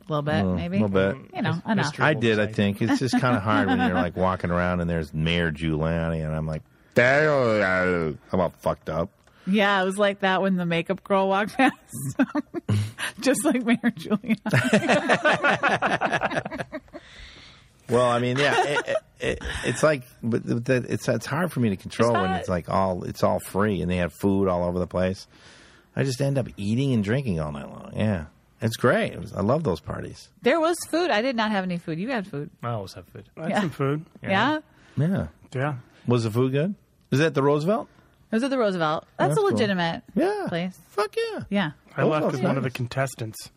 Speaker 3: A little bit, maybe.
Speaker 4: A little bit.
Speaker 3: You know,
Speaker 5: Mis-
Speaker 3: enough.
Speaker 5: mystery.
Speaker 4: I did. I think it's just kind of hard when you're like walking around and there's Mayor Giuliani, and I'm like, "Damn, I'm all fucked up.
Speaker 3: Yeah, it was like that when the makeup girl walked past, just like Mayor Giuliani.
Speaker 4: Well, I mean, yeah, it, it, it, it's like, but th- that- it's it's hard for me to control when
Speaker 3: not-
Speaker 4: it's like all it's all free and they have food all over the place. I just end up eating and drinking all night long. Yeah, it's great. It was- I love those parties.
Speaker 3: There was food. I did not have any food. You had food.
Speaker 5: I always have food.
Speaker 6: I had
Speaker 3: Yeah.
Speaker 6: some food.
Speaker 3: Yeah.
Speaker 4: Yeah,
Speaker 6: Yeah.
Speaker 4: was the food good? Is that the Roosevelt?
Speaker 3: It was at the Roosevelt. That's,
Speaker 4: That's
Speaker 3: a
Speaker 4: cool.
Speaker 3: legitimate
Speaker 4: Yeah,
Speaker 3: place.
Speaker 4: Fuck yeah.
Speaker 3: Yeah.
Speaker 6: I
Speaker 4: Oh,
Speaker 6: left
Speaker 4: that's
Speaker 6: as one of the
Speaker 4: nice.
Speaker 6: contestants.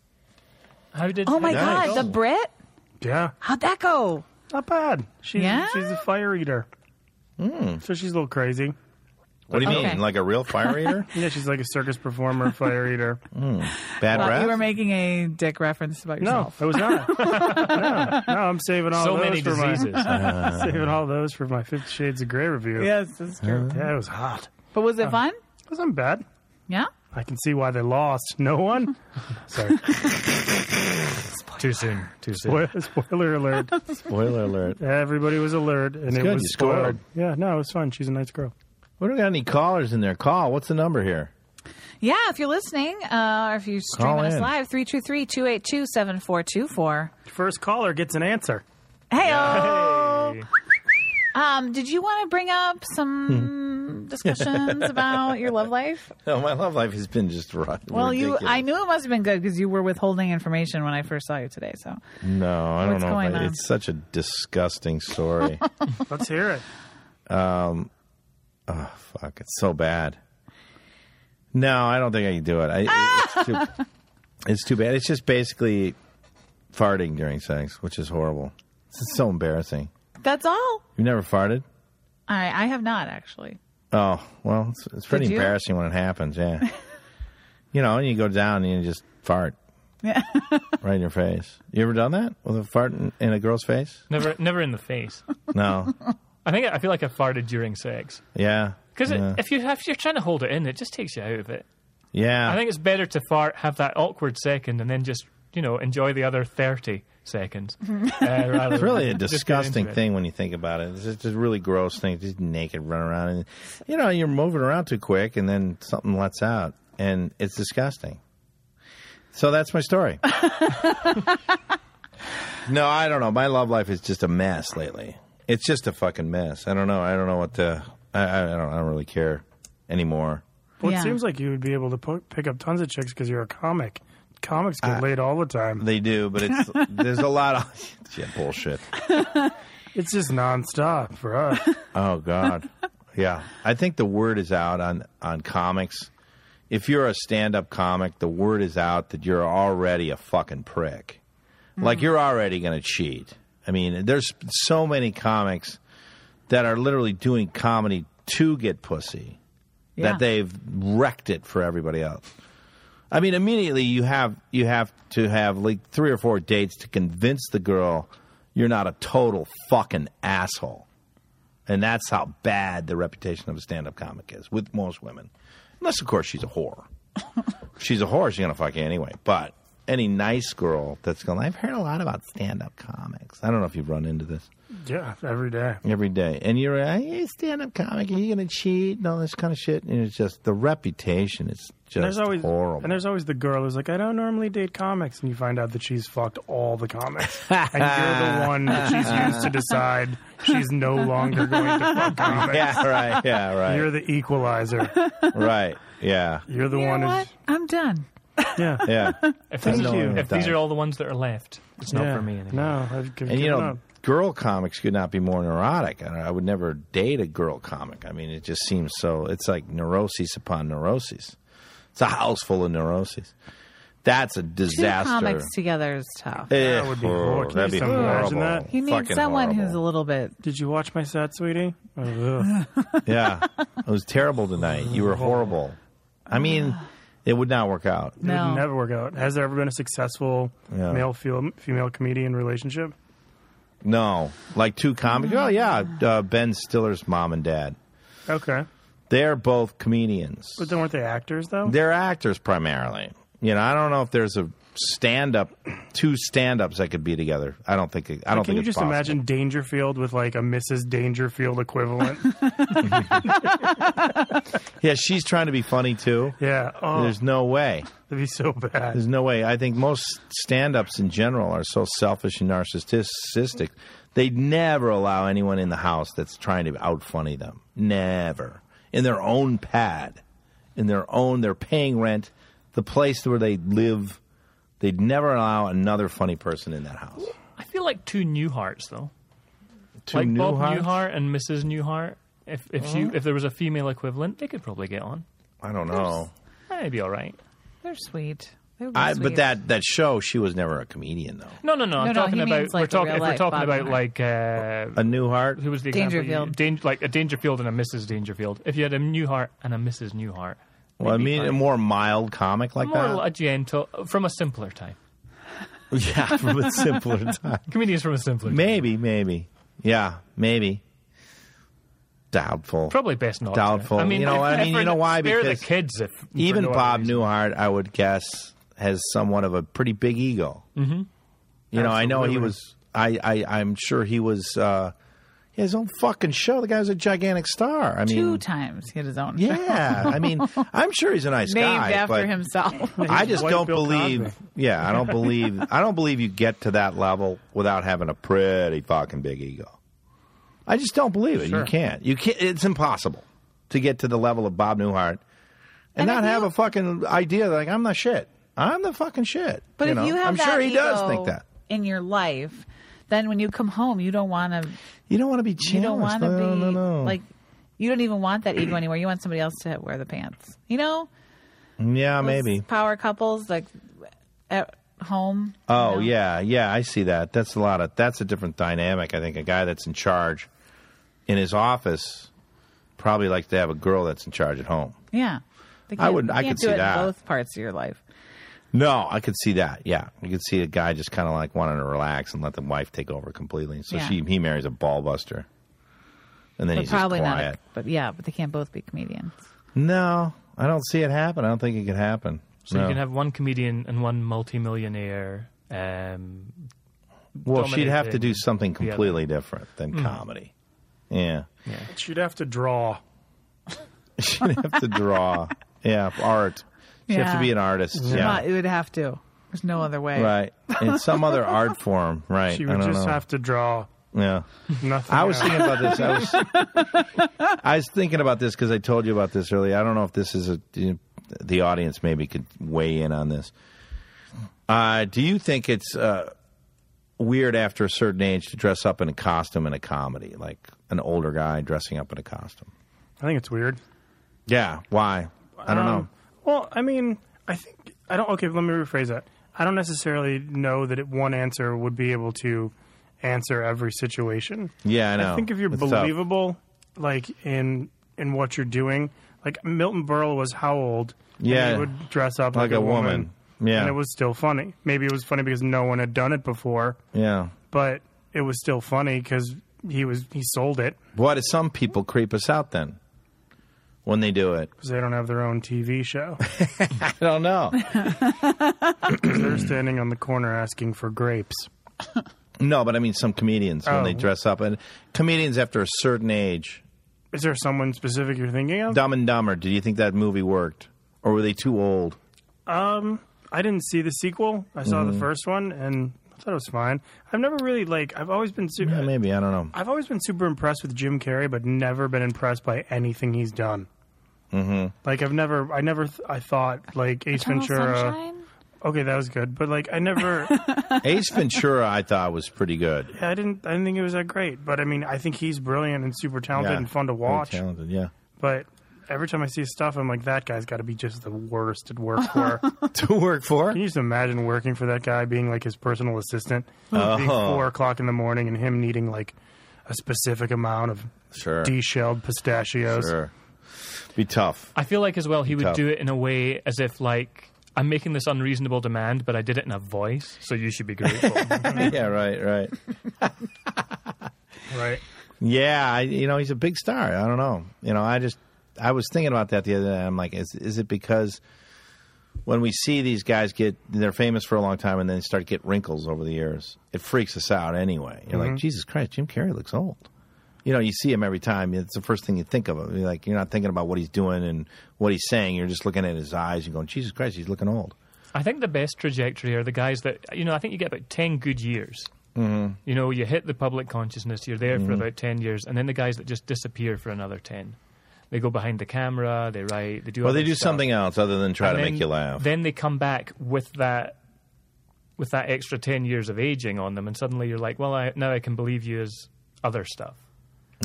Speaker 5: How did?
Speaker 3: Oh my
Speaker 4: Nice.
Speaker 3: God, the Brit?
Speaker 6: Yeah.
Speaker 3: How'd that go?
Speaker 6: Not bad. She's,
Speaker 3: Yeah?
Speaker 6: she's a fire eater. So she's a little crazy.
Speaker 4: What do you
Speaker 3: Okay.
Speaker 4: mean, like a real fire eater?
Speaker 6: Yeah, she's like a circus performer, fire eater.
Speaker 4: Bad
Speaker 3: Wow,
Speaker 4: rap.
Speaker 3: you were making a dick reference about
Speaker 6: No,
Speaker 3: yourself.
Speaker 6: it was not. no, no, I'm saving all
Speaker 5: So
Speaker 6: those
Speaker 5: many
Speaker 6: for
Speaker 5: diseases.
Speaker 6: my saving all those for my Fifty Shades of Grey review.
Speaker 3: Yes, that's true.
Speaker 6: Yeah, it was hot.
Speaker 3: But was
Speaker 4: Oh.
Speaker 3: it fun?
Speaker 6: It wasn't bad.
Speaker 3: Yeah.
Speaker 6: I can see why they lost. No one. Sorry.
Speaker 5: Too soon. Too soon.
Speaker 6: Spoil- Spoiler alert.
Speaker 4: Spoiler alert.
Speaker 6: Everybody was alert, and it
Speaker 4: good, you
Speaker 6: was
Speaker 4: scored.
Speaker 6: spoiled. Yeah, no, it was fun. She's a nice girl.
Speaker 4: We don't got any callers in there. Call. What's the number here?
Speaker 3: Yeah, if you're listening uh, or if you're streaming
Speaker 4: Call
Speaker 3: us
Speaker 4: in.
Speaker 3: live, 323 282 7424.
Speaker 6: First caller gets an answer.
Speaker 3: Hey, um, did you want to bring up
Speaker 4: Hmm.
Speaker 3: some discussions about your love life?
Speaker 4: No, Oh, my love life has been just right.
Speaker 3: Well, you,
Speaker 4: ridiculous.
Speaker 3: I knew it must have been good because you were withholding information when I first saw you today. So,
Speaker 4: No, I don't
Speaker 3: What's
Speaker 4: know. If
Speaker 3: going
Speaker 4: I,
Speaker 3: on?
Speaker 4: it's such a disgusting story.
Speaker 6: Let's hear it.
Speaker 4: Fuck, it's so bad. No, I don't think I can do it. I, it's, too, it's too bad. It's just basically farting during sex, which is horrible. It's just so embarrassing.
Speaker 3: that's all.
Speaker 4: You've never farted?
Speaker 3: I, I have not actually.
Speaker 4: Oh, well, it's, it's pretty
Speaker 3: Did you?
Speaker 4: embarrassing when it happens, yeah. you know, and you go down and you just fart. right in your face. You ever done that with a fart in, in a girl's face?
Speaker 5: Never, never in the face.
Speaker 4: No.
Speaker 5: I think I feel like I farted during sex
Speaker 4: Yeah.
Speaker 5: because
Speaker 4: yeah.
Speaker 5: if you if you're trying to hold it in, it just takes you out of it.
Speaker 4: yeah.
Speaker 5: I think it's better to fart, have that awkward second, and then just you know enjoy the other thirty seconds. uh,
Speaker 4: It's really a disgusting thing when you think about it. It's just a really gross thing. Just naked running around, and you know you're moving around too quick, and then something lets out, and it's disgusting. So that's my story. no, I don't know. My love life is just a mess lately. It's just a fucking mess. I don't know. I don't know what to. I, I don't. I don't really care anymore.
Speaker 6: Well,
Speaker 3: Yeah.
Speaker 6: it seems like you would be able to po- pick up tons of chicks because you're a comic. Comics get laid all the time.
Speaker 4: Uh, They do, but it's there's a lot of shit bullshit.
Speaker 6: It's just nonstop for us.
Speaker 4: Oh God, yeah. I think the word is out on on comics. If you're a stand-up comic, the word is out that you're already a fucking prick. Like you're already going to cheat. I mean, there's so many comics that are literally doing comedy to get pussy
Speaker 3: Yeah.
Speaker 4: that they've wrecked it for everybody else. I mean, immediately you have you have to have like three or four dates to convince the girl you're not a total fucking asshole, and that's how bad the reputation of a stand-up comic is with most women, unless of course she's a whore. she's a whore; she's gonna fuck you anyway. But any nice girl that's going, I've heard a lot about stand up comics. I don't know if you've run into this
Speaker 6: Yeah, every day.
Speaker 4: every day. And you're a stand up comic, and you're going to cheat and all this kind of shit. And it's just the reputation is
Speaker 6: And there's
Speaker 4: just
Speaker 6: always
Speaker 4: horrible.
Speaker 6: and there's always the girl who's like, I don't normally date comics, and you find out that she's fucked all the comics, and you're the one that she's used to decide she's no longer going to fuck comics.
Speaker 4: yeah, right. Yeah, right.
Speaker 6: You're the equalizer.
Speaker 4: right. Yeah.
Speaker 6: You're the
Speaker 3: You
Speaker 6: one
Speaker 3: know what?
Speaker 6: who's
Speaker 3: I'm done.
Speaker 6: yeah.
Speaker 4: Yeah.
Speaker 5: If,
Speaker 6: Thank
Speaker 5: these,
Speaker 6: you.
Speaker 5: if these are all the ones that are left, it's not
Speaker 6: yeah.
Speaker 5: for me anymore.
Speaker 6: No, I've given
Speaker 4: And you know,
Speaker 6: up.
Speaker 4: girl comics could not be more neurotic. And I would never date a girl comic. I mean, it just seems so. It's like neuroses upon neuroses. It's a house full of neuroses. That's a
Speaker 3: Two
Speaker 4: disaster.
Speaker 3: comics together is tough.
Speaker 4: Eh,
Speaker 6: would be
Speaker 4: oh,
Speaker 6: horrible. Can
Speaker 4: that'd
Speaker 6: you
Speaker 4: be
Speaker 6: imagine
Speaker 4: horrible.
Speaker 6: that?
Speaker 3: You need
Speaker 4: Fucking
Speaker 3: someone who's a
Speaker 4: horrible.
Speaker 3: little bit.
Speaker 6: Did you watch my set, sweetie? Ugh.
Speaker 4: yeah. It was terrible tonight. You were horrible. I mean, it would not work out.
Speaker 6: It
Speaker 3: No.
Speaker 6: would never work out. Has there ever been a successful
Speaker 4: Yeah.
Speaker 6: male female, female comedian relationship?
Speaker 4: No, like two comics. Oh yeah, uh, Ben Stiller's mom and dad.
Speaker 6: Okay,
Speaker 4: They're both comedians.
Speaker 6: but then weren't they actors though?
Speaker 4: They're actors primarily. You know, I don't know if there's a stand up, two stand ups that could be together. I don't think. I don't think
Speaker 6: Can you
Speaker 4: it's
Speaker 6: just
Speaker 4: possible.
Speaker 6: imagine Dangerfield with like a Mrs. Dangerfield equivalent?
Speaker 4: Yeah, she's trying to be funny too.
Speaker 6: yeah. Oh,
Speaker 4: There's no way.
Speaker 6: that'd be so bad.
Speaker 4: There's no way. I think most stand ups in general are so selfish and narcissistic. They never allow anyone in the house that's trying to out funny them. Never. In their own pad. In their own, they're paying rent. The place where they live, they'd never allow another funny person in that house.
Speaker 5: I feel like two new hearts though,
Speaker 4: Two Mm-hmm.
Speaker 5: like Bob
Speaker 4: Newharts?
Speaker 5: Newhart and Mrs. Newhart. If if you if there was a female equivalent, they could probably get on.
Speaker 4: I don't know.
Speaker 5: That'd be all right.
Speaker 3: They're sweet. They would be
Speaker 4: I, but
Speaker 3: sweet.
Speaker 4: that, that show, she was never a comedian, though.
Speaker 5: No, no, no. I'm
Speaker 3: No, no,
Speaker 5: talking
Speaker 3: he
Speaker 5: about
Speaker 3: means, like,
Speaker 5: we're
Speaker 3: the
Speaker 5: talking if
Speaker 3: real
Speaker 5: we're
Speaker 3: life
Speaker 5: talking
Speaker 3: Bob
Speaker 5: about
Speaker 3: Newhart.
Speaker 5: like uh,
Speaker 4: A Newhart?
Speaker 5: who was the example you-
Speaker 3: Dangerfield.
Speaker 5: Dan- like a Dangerfield and a Mrs. Dangerfield. If you had a Newhart and a Mrs. Newhart,
Speaker 4: Well, I
Speaker 5: maybe
Speaker 4: mean,
Speaker 5: fine.
Speaker 4: a more mild comic like
Speaker 5: more
Speaker 4: that.
Speaker 5: a gentle from a simpler time.
Speaker 4: yeah, from a simpler time.
Speaker 5: Comedians from a simpler time.
Speaker 4: Maybe, maybe. Yeah, maybe. Doubtful.
Speaker 5: Probably best not. to.
Speaker 4: Doubtful. You know
Speaker 5: if-
Speaker 4: what? I
Speaker 5: if
Speaker 4: mean,
Speaker 5: we're
Speaker 4: you know why?
Speaker 5: Spare
Speaker 4: Because
Speaker 5: the kids. If for
Speaker 4: Even
Speaker 5: no other
Speaker 4: Bob
Speaker 5: reason.
Speaker 4: Newhart, I would guess, has somewhat of a pretty big ego. Mm-hmm. You know, I know he
Speaker 6: Absolutely.
Speaker 4: was. I, I I'm sure he was. Uh, he had his own fucking show. The guy was a gigantic star. I mean,
Speaker 3: two times he had his own show
Speaker 4: yeah. I mean, I'm sure he's a nice
Speaker 3: named
Speaker 4: guy.
Speaker 3: after
Speaker 4: but
Speaker 3: himself.
Speaker 4: I just
Speaker 6: White
Speaker 4: don't
Speaker 6: Bill
Speaker 4: believe.
Speaker 6: Cosby.
Speaker 4: Yeah, I don't believe. I don't believe you get to that level without having a pretty fucking big ego. I just don't believe it. You
Speaker 6: Sure.
Speaker 4: can't. You can't. It's impossible to get to the level of Bob Newhart and,
Speaker 3: And
Speaker 4: not
Speaker 3: if
Speaker 4: have
Speaker 3: you-
Speaker 4: a fucking idea like I'm the shit. I'm the fucking shit.
Speaker 3: But if
Speaker 4: know?
Speaker 3: you have
Speaker 4: I'm
Speaker 3: that
Speaker 4: sure he does
Speaker 3: ego
Speaker 4: think that.
Speaker 3: in your life, then when you come home, you don't want to.
Speaker 4: You don't want to be challenged.
Speaker 3: You don't want to
Speaker 4: no,
Speaker 3: be
Speaker 4: no, no.
Speaker 3: like. You don't even want that ego anymore. You want somebody else to wear the pants. You know,
Speaker 4: yeah,
Speaker 3: Those
Speaker 4: maybe.
Speaker 3: power couples like at home.
Speaker 4: Oh yeah, yeah, I see that. That's a lot of that's a different dynamic. I think a guy that's in charge in his office probably likes to have a girl that's in charge at home.
Speaker 3: Yeah, They
Speaker 4: I wouldn't-
Speaker 3: you
Speaker 4: I
Speaker 3: can't
Speaker 4: could
Speaker 3: do
Speaker 4: see
Speaker 3: it in
Speaker 4: that.
Speaker 3: both parts of your life.
Speaker 4: No, I could see that. Yeah, you could see a guy just kind of like wanting to relax and let the wife take over completely. So
Speaker 3: Yeah.
Speaker 4: she he marries a ball buster, and then
Speaker 3: But
Speaker 4: he's
Speaker 3: probably
Speaker 4: just
Speaker 3: not.
Speaker 4: quiet.
Speaker 3: a- but yeah, but they can't both be comedians.
Speaker 4: No, I don't see it happen. I don't think it could happen.
Speaker 5: So
Speaker 4: No.
Speaker 5: you can have one comedian and one multimillionaire. Um,
Speaker 4: well, she'd have to
Speaker 5: dominating
Speaker 4: do something
Speaker 5: the other.
Speaker 4: completely different than
Speaker 5: Mm.
Speaker 4: comedy. Yeah,
Speaker 6: She'd have to draw.
Speaker 4: she'd have to draw. yeah, art. She'd have to
Speaker 3: Yeah.
Speaker 4: be an artist. Yeah.
Speaker 3: Not- it would have to. There's no other way.
Speaker 4: Right. In some other art form, right.
Speaker 6: She
Speaker 4: I
Speaker 6: would
Speaker 4: don't
Speaker 6: just
Speaker 4: know.
Speaker 6: have to draw
Speaker 4: Yeah.
Speaker 6: nothing.
Speaker 4: I was
Speaker 6: else.
Speaker 4: thinking about this. I was, I was thinking about this because I told you about this earlier. I don't know if this is a. The audience maybe could weigh in on this. Uh, do you think it's uh, weird after a certain age to dress up in a costume in a comedy, like an older guy dressing up in a costume?
Speaker 6: I think it's weird.
Speaker 4: Yeah. Why? I don't know.
Speaker 6: Um, Well, I mean, I think I don't. Okay, let me rephrase that. I don't necessarily know that it, one answer would be able to answer every situation.
Speaker 4: Yeah, I know.
Speaker 6: I think if you're
Speaker 4: It's tough.
Speaker 6: believable, like in in what you're doing, like Milton Berle was how old? And
Speaker 4: Yeah.
Speaker 6: he would dress up
Speaker 4: Like
Speaker 6: like,
Speaker 4: a
Speaker 6: a
Speaker 4: woman. Yeah.
Speaker 6: and it was still funny. Maybe it was funny because no one had done it before,
Speaker 4: Yeah.
Speaker 6: but it was still funny because he was he sold it.
Speaker 4: Why do some people creep us out then? when they do it.
Speaker 6: because they don't have their own TV show.
Speaker 4: I don't know.
Speaker 6: They're standing on the corner asking for grapes.
Speaker 4: no, but I mean some comedians when
Speaker 6: Oh.
Speaker 4: they dress up and comedians after a certain age.
Speaker 6: Is there someone specific you're thinking of?
Speaker 4: Dumb and Dumber. Do you think that movie worked, or were they too old?
Speaker 6: I didn't see the sequel. I saw
Speaker 4: Mm-hmm.
Speaker 6: the first one and I thought it was fine. I've never really like. I've always been super.
Speaker 4: Yeah, maybe I don't know.
Speaker 6: I've always been super impressed with Jim Carrey, but never been impressed by anything he's done. Mm-hmm. Like I've never, I never, th- I thought like Ace
Speaker 3: Eternal
Speaker 6: Ventura.
Speaker 3: Sunshine?
Speaker 6: Okay, that was good, but like I never,
Speaker 4: Ace Ventura, I thought was pretty good.
Speaker 6: I didn't, I didn't think it was that great. But I mean, I think he's brilliant and super talented
Speaker 4: Yeah.
Speaker 6: and fun to
Speaker 4: Very
Speaker 6: watch.
Speaker 4: talented, yeah.
Speaker 6: But every time I see his stuff, I'm like, that guy's got to be just the worst at work for.
Speaker 4: to work for.
Speaker 6: Can you just imagine working for that guy, being like his personal assistant, being
Speaker 4: Oh.
Speaker 6: four o'clock in the morning, and him needing like a specific amount of
Speaker 4: Sure.
Speaker 6: de-shelled pistachios?
Speaker 4: Sure. Be tough.
Speaker 5: I feel like as well he would
Speaker 4: Tough.
Speaker 5: do it in a way as if like I'm making this unreasonable demand, but I did it in a voice, so you should be grateful.
Speaker 4: yeah, right, right.
Speaker 6: Right.
Speaker 4: Yeah, I, you know, he's a big star. I don't know. You know, I just I was thinking about that the other day. I'm like, is is it because when we see these guys get they're famous for a long time and then they start to get wrinkles over the years, it freaks us out anyway. You're like, Jesus Christ, Jim Carrey looks old. You know, you see him every time. It's the first thing you think of. You're like, you're not thinking about what he's doing and what he's saying. You're just looking at his eyes and going, Jesus Christ, he's looking old.
Speaker 5: I think the best trajectory are the guys that you know. I think you get about ten good years. Mm-hmm. You know, you hit the public consciousness. You're there
Speaker 4: Mm-hmm.
Speaker 5: for about ten years, and then the guys that just disappear for another ten. They go behind the camera. They write. They do.
Speaker 4: Well,
Speaker 5: all
Speaker 4: they
Speaker 5: this
Speaker 4: do
Speaker 5: stuff.
Speaker 4: something else other than try
Speaker 5: And
Speaker 4: to
Speaker 5: then-
Speaker 4: make you laugh.
Speaker 5: Then they come back with that. With that extra ten years of aging on them, and suddenly you're like, "Well, I, now I can believe you as other stuff."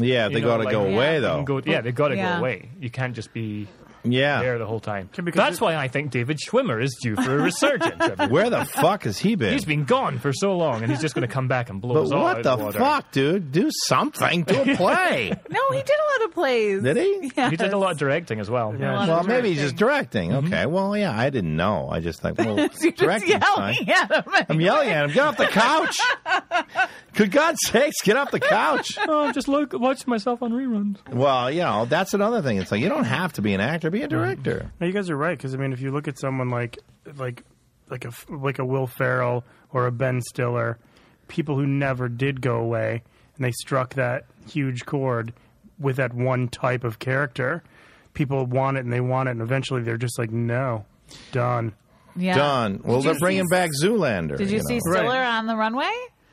Speaker 4: yeah,
Speaker 5: You
Speaker 4: they
Speaker 5: know,
Speaker 4: got to
Speaker 5: like-
Speaker 4: go
Speaker 5: Yeah.
Speaker 4: away
Speaker 5: You
Speaker 4: though.
Speaker 5: can go- yeah, they've got to
Speaker 3: Yeah.
Speaker 5: go away. You can't just be
Speaker 4: yeah,
Speaker 5: there the whole time.
Speaker 6: because
Speaker 5: That's
Speaker 6: it-
Speaker 5: why I think David Schwimmer is due for a resurgence. everyone.
Speaker 4: Where the fuck has he been?
Speaker 5: He's been gone for so long, and he's just going to come back and blow
Speaker 4: but
Speaker 5: us all out
Speaker 4: what
Speaker 5: of
Speaker 4: the
Speaker 5: water.
Speaker 4: fuck, dude? Do something. Do a play.
Speaker 3: No, he did a lot of plays.
Speaker 4: Did he?
Speaker 5: He did a lot of directing as well.
Speaker 6: Yeah.
Speaker 4: Well, maybe he's just directing.
Speaker 5: Mm-hmm.
Speaker 4: Okay. Well, yeah, I didn't know. I just like, well,
Speaker 3: You're just
Speaker 4: directing's fine.
Speaker 3: yelling at him.
Speaker 4: I'm yelling at him. Get off the couch. Good God's sakes, get off the couch.
Speaker 5: Oh, just look, watch myself on reruns.
Speaker 4: Well, you know, that's another thing. It's like, you don't have to be an actor, be a director.
Speaker 6: No, you guys are right because I mean, if you look at someone like like like a like a Will Ferrell or a Ben Stiller, people who never did go away and they struck that huge chord with that one type of character, people want it and they want it, and eventually they're just like, no, done.
Speaker 3: Yeah.
Speaker 4: Done. Well,
Speaker 3: Did
Speaker 4: they're
Speaker 3: you
Speaker 4: bringing
Speaker 3: see-
Speaker 4: back Zoolander.
Speaker 3: Did you,
Speaker 4: know.
Speaker 3: see Stiller on the runway?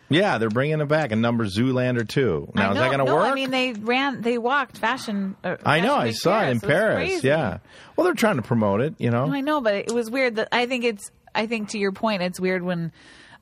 Speaker 4: Yeah, they're bringing it back. A number Zoolander 2.
Speaker 3: I
Speaker 4: Now, is that
Speaker 3: know-
Speaker 4: going to
Speaker 3: no,
Speaker 4: work?
Speaker 3: I mean, they ran, they walked fashion. uh,
Speaker 4: I know.
Speaker 3: Fashion
Speaker 4: I
Speaker 3: Week
Speaker 4: saw it in
Speaker 3: was
Speaker 4: Paris.
Speaker 3: crazy.
Speaker 4: Yeah. Well, they're trying to promote it, you know.
Speaker 3: No, I know, but it was weird that I think it's. I think to your point, it's weird when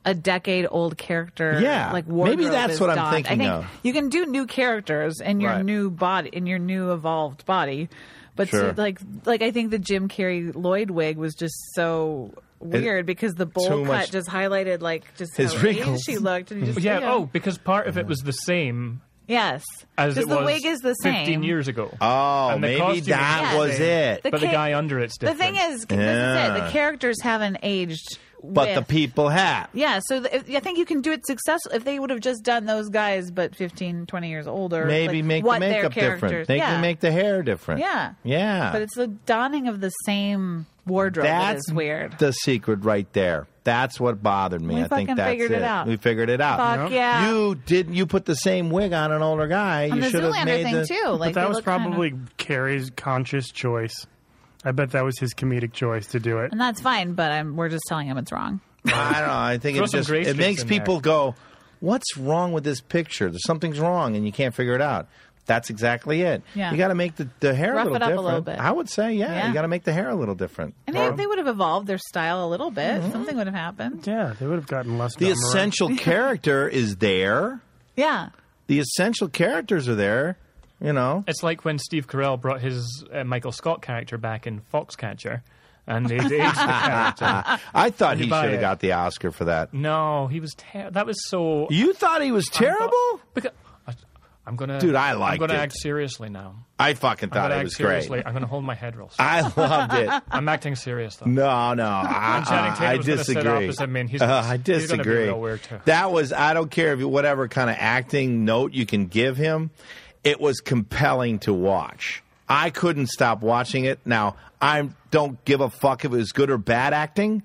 Speaker 3: a decade old character,
Speaker 4: Yeah.
Speaker 3: like
Speaker 4: Maybe
Speaker 3: wardrobe
Speaker 4: that's
Speaker 3: is
Speaker 4: what I'm
Speaker 3: donned.
Speaker 4: thinking
Speaker 3: I think
Speaker 4: of.
Speaker 3: you can do new characters in your
Speaker 4: Right.
Speaker 3: new body, in your new evolved body, but to-
Speaker 4: Sure.
Speaker 3: like, like I think the Jim Carrey Lloyd wig was just so weird because the bowl
Speaker 4: too
Speaker 3: cut
Speaker 4: much-
Speaker 3: just highlighted like just
Speaker 4: His
Speaker 3: how
Speaker 4: wrinkles.
Speaker 3: aged she looked, and you just
Speaker 5: Yeah, oh, because part of it was the same
Speaker 3: yes,
Speaker 5: as
Speaker 3: Just
Speaker 5: it
Speaker 3: the
Speaker 5: was
Speaker 3: wig is the same.
Speaker 5: 15 years ago.
Speaker 4: Oh,
Speaker 5: And the
Speaker 4: maybe
Speaker 5: costume
Speaker 4: that
Speaker 3: is
Speaker 4: was
Speaker 3: the
Speaker 4: it.
Speaker 3: The
Speaker 5: but the
Speaker 3: ca-
Speaker 5: guy under it's
Speaker 3: The
Speaker 5: different.
Speaker 3: thing is, this is it.
Speaker 4: Yeah.
Speaker 3: The characters haven't aged,
Speaker 4: but
Speaker 3: with-
Speaker 4: the people have.
Speaker 3: Yeah, so the, if- I think you can do it successful if they would have just done those guys, but 15, 20 years older.
Speaker 4: Maybe
Speaker 3: like,
Speaker 4: make the
Speaker 3: what their
Speaker 4: makeup different.
Speaker 3: characters-
Speaker 4: They
Speaker 3: yeah.
Speaker 4: can make the hair different.
Speaker 3: Yeah.
Speaker 4: Yeah.
Speaker 3: But it's the donning of the same wardrobe that
Speaker 4: that's
Speaker 3: is weird.
Speaker 4: The secret right there. That's what bothered me.
Speaker 3: We
Speaker 4: I think
Speaker 3: fucking
Speaker 4: that's
Speaker 3: figured it out.
Speaker 4: We figured it out.
Speaker 3: Fuck yeah.
Speaker 4: You didn't. You put the same wig on an older guy.
Speaker 3: and
Speaker 4: you
Speaker 3: the
Speaker 4: should have
Speaker 3: Zoolander
Speaker 4: made
Speaker 3: thing
Speaker 4: the,
Speaker 3: too. Like
Speaker 6: but that
Speaker 3: they
Speaker 6: was
Speaker 3: look kinda-
Speaker 6: probably Carrie's conscious choice. I bet that was his comedic choice to do it.
Speaker 3: and that's fine, but I'm, we're just telling him it's wrong.
Speaker 4: I don't know. I think
Speaker 5: Throw
Speaker 4: it
Speaker 5: some
Speaker 4: just
Speaker 5: gray
Speaker 4: it
Speaker 5: streaks
Speaker 4: makes
Speaker 5: in there.
Speaker 4: people go, "What's wrong with this picture? There's something's wrong, and you can't figure it out." That's exactly it.
Speaker 3: Yeah.
Speaker 4: You got to make the, the hair
Speaker 3: Rough
Speaker 4: a little
Speaker 3: it up a
Speaker 4: different.
Speaker 3: little bit.
Speaker 4: I would say, yeah,
Speaker 3: Yeah.
Speaker 4: you got to make the hair a little different.
Speaker 3: And they, they would have evolved their style a little bit. Something would have happened.
Speaker 6: Yeah, they would have gotten less.
Speaker 4: The
Speaker 6: dumber.
Speaker 4: essential character is there.
Speaker 3: Yeah.
Speaker 4: The essential characters are there. You know,
Speaker 5: It's like when Steve Carell brought his uh, Michael Scott character back in Foxcatcher, and they aged the character.
Speaker 4: I thought
Speaker 5: You
Speaker 4: he
Speaker 5: buy
Speaker 4: should have
Speaker 5: it.
Speaker 4: got the Oscar for that.
Speaker 5: No, he was ter- that was so
Speaker 4: You thought he was terrible,
Speaker 5: Because I, I'm gonna,
Speaker 4: Dude, I
Speaker 5: I'm
Speaker 4: liked
Speaker 5: gonna
Speaker 4: it.
Speaker 5: act seriously now.
Speaker 4: I fucking
Speaker 5: I'm
Speaker 4: thought
Speaker 5: gonna
Speaker 4: it
Speaker 5: act
Speaker 4: was great.
Speaker 5: seriously. I'm gonna hold my head real. straight.
Speaker 4: I loved it.
Speaker 5: I'm acting serious though.
Speaker 4: No, no, I,
Speaker 5: Channing
Speaker 4: I
Speaker 5: Tatum's gonna sit
Speaker 4: disagree.
Speaker 5: opposite me, and he's-
Speaker 4: Uh, I
Speaker 5: he's gonna be
Speaker 4: disagree.
Speaker 5: real weird, too.
Speaker 4: That was I don't care if you whatever kind of acting note you can give him, it was compelling to watch. I couldn't stop watching it. Now, I don't give a fuck if it was good or bad acting.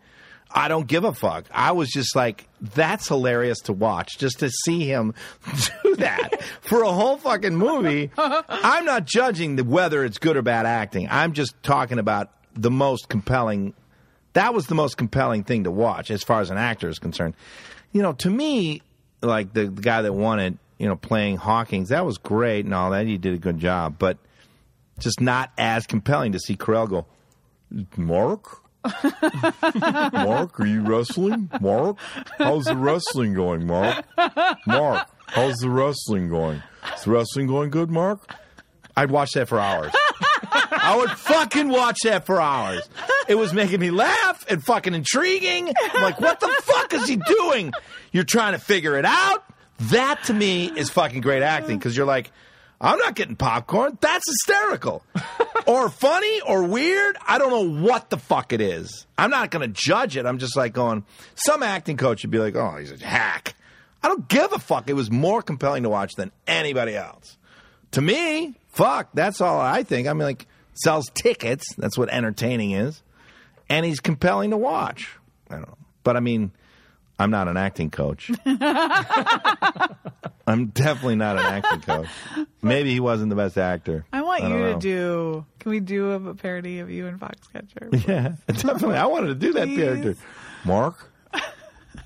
Speaker 4: I don't give a fuck. I was just like, that's hilarious to watch, just to see him do that for a whole fucking movie. I'm not judging the, whether it's good or bad acting. I'm just talking about the most compelling. That was the most compelling thing to watch as far as an actor is concerned. You know, to me, like the, the guy that won it, you know, playing Hawkins, that was great and all that. He did a good job, but just not as compelling to see Carell go, Mark? Mark, are you wrestling? Mark, how's the wrestling going, Mark? Mark, how's the wrestling going? Is the wrestling going good, Mark? I'd watch that for hours. I would fucking watch that for hours. It was making me laugh and fucking intriguing. I'm like, what the fuck is he doing? You're trying to figure it out. That to me is fucking great acting because you're like, I'm not getting popcorn. That's hysterical or funny or weird. I don't know what the fuck it is. I'm not going to judge it. I'm just like going, some acting coach would be like, oh, he's a hack. I don't give a fuck. It was more compelling to watch than anybody else. To me, fuck, that's all I think. I mean, like, sells tickets. That's what entertaining is. And he's compelling to watch. I don't know. But I mean, I'm not an acting coach. I'm definitely not an acting coach. Maybe he wasn't the best actor.
Speaker 3: I want you
Speaker 4: don't
Speaker 3: to
Speaker 4: know.
Speaker 3: do. Can we do a parody of you and Foxcatcher?
Speaker 4: Yeah, definitely. I wanted to do that
Speaker 3: Please.
Speaker 4: character. Mark?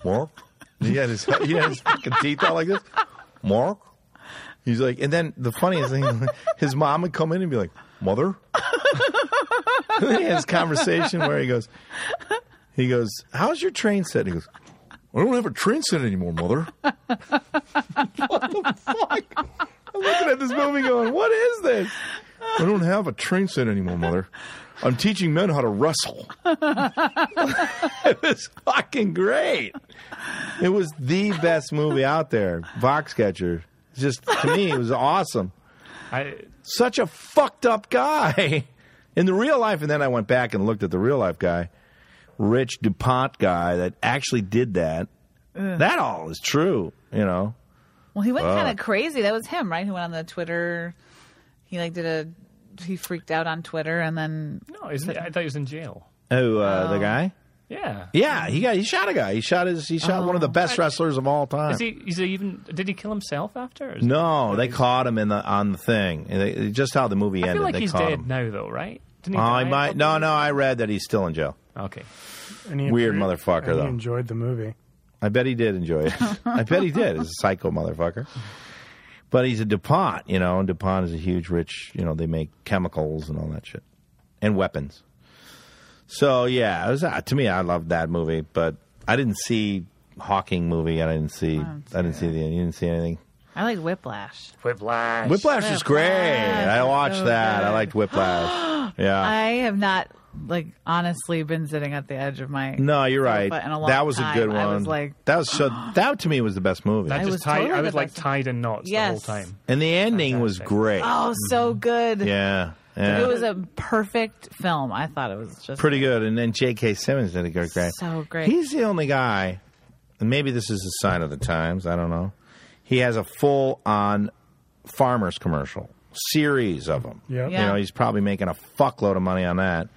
Speaker 4: Mark? He had his, he had his fucking teeth out like this. Mark? He's like, and then the funniest thing, his mom would come in and be like, Mother? and then he has conversation where he goes, he goes, how's your train set? He goes, I don't have a train set anymore, Mother. what the fuck? I'm looking at this movie going, what is this? I don't have a train set anymore, Mother. I'm teaching men how to wrestle. it was fucking great. It was the best movie out there. Foxcatcher. Just to me, it was awesome.
Speaker 5: I,
Speaker 4: Such a fucked up guy in the real life. And then I went back and looked at the real life guy, Rich DuPont guy that actually did that. That all is true, you know.
Speaker 3: Well, he went kind of crazy. That was him, right? Who went on the Twitter. He like did a. He freaked out on Twitter and then
Speaker 5: no, he's- I thought he was in jail.
Speaker 4: Oh, uh, the guy?
Speaker 5: Yeah.
Speaker 4: Yeah, he got he shot a guy. He shot his he shot one of the best wrestlers of all time.
Speaker 5: Oh, Is he, is he even, did he kill himself after? or is-
Speaker 4: No, they caught him in the on the thing. And they- just how the movie
Speaker 5: I
Speaker 4: ended.
Speaker 5: feel like
Speaker 4: they
Speaker 5: he's
Speaker 4: caught
Speaker 5: dead
Speaker 4: him.
Speaker 5: now, though, right? Didn't he
Speaker 4: Oh, I
Speaker 5: die a
Speaker 4: might.
Speaker 5: couple
Speaker 4: No,
Speaker 5: years
Speaker 4: no, I read that he's still in jail.
Speaker 5: Okay.
Speaker 6: And he
Speaker 4: Weird
Speaker 6: improved-
Speaker 4: motherfucker,
Speaker 6: and
Speaker 4: though.
Speaker 6: He enjoyed the movie.
Speaker 4: I bet he did enjoy it. I bet he did. He's a psycho motherfucker. But he's a DuPont, you know, and DuPont is a huge, rich, you know, they make chemicals and all that shit and weapons. So, yeah, it was, uh, to me, I loved that movie, but I didn't see Hawking movie. and I didn't see,
Speaker 3: Oh,
Speaker 4: I didn't see the, you didn't see anything.
Speaker 3: I like Whiplash.
Speaker 5: Whiplash.
Speaker 4: Whiplash was great. I watched
Speaker 3: So
Speaker 4: that. I
Speaker 3: good.
Speaker 4: liked Whiplash. yeah.
Speaker 3: I have not like honestly been sitting at the edge of my.
Speaker 4: no, you're
Speaker 3: sofa
Speaker 4: right.
Speaker 3: in a long
Speaker 4: That was a
Speaker 3: time.
Speaker 4: good one.
Speaker 3: I was like,
Speaker 4: that was so. That to me was the best movie.
Speaker 5: I, just
Speaker 3: was
Speaker 5: tied,
Speaker 3: totally
Speaker 5: I
Speaker 3: the
Speaker 5: was like
Speaker 3: best.
Speaker 5: tied in knots
Speaker 3: Yes.
Speaker 5: the whole time.
Speaker 4: and the ending was
Speaker 5: Fantastic.
Speaker 4: great.
Speaker 3: oh, so good.
Speaker 4: Mm-hmm. Yeah. yeah.
Speaker 3: It was a perfect film. I thought it was just
Speaker 4: pretty good. And then J.K. Simmons did a good guy.
Speaker 3: So great.
Speaker 4: He's the only guy, and maybe this is a sign of the times. I don't know. He has a full on farmers commercial series of them.
Speaker 6: Yep.
Speaker 3: Yeah.
Speaker 4: You know, he's probably making a fuckload of money on that.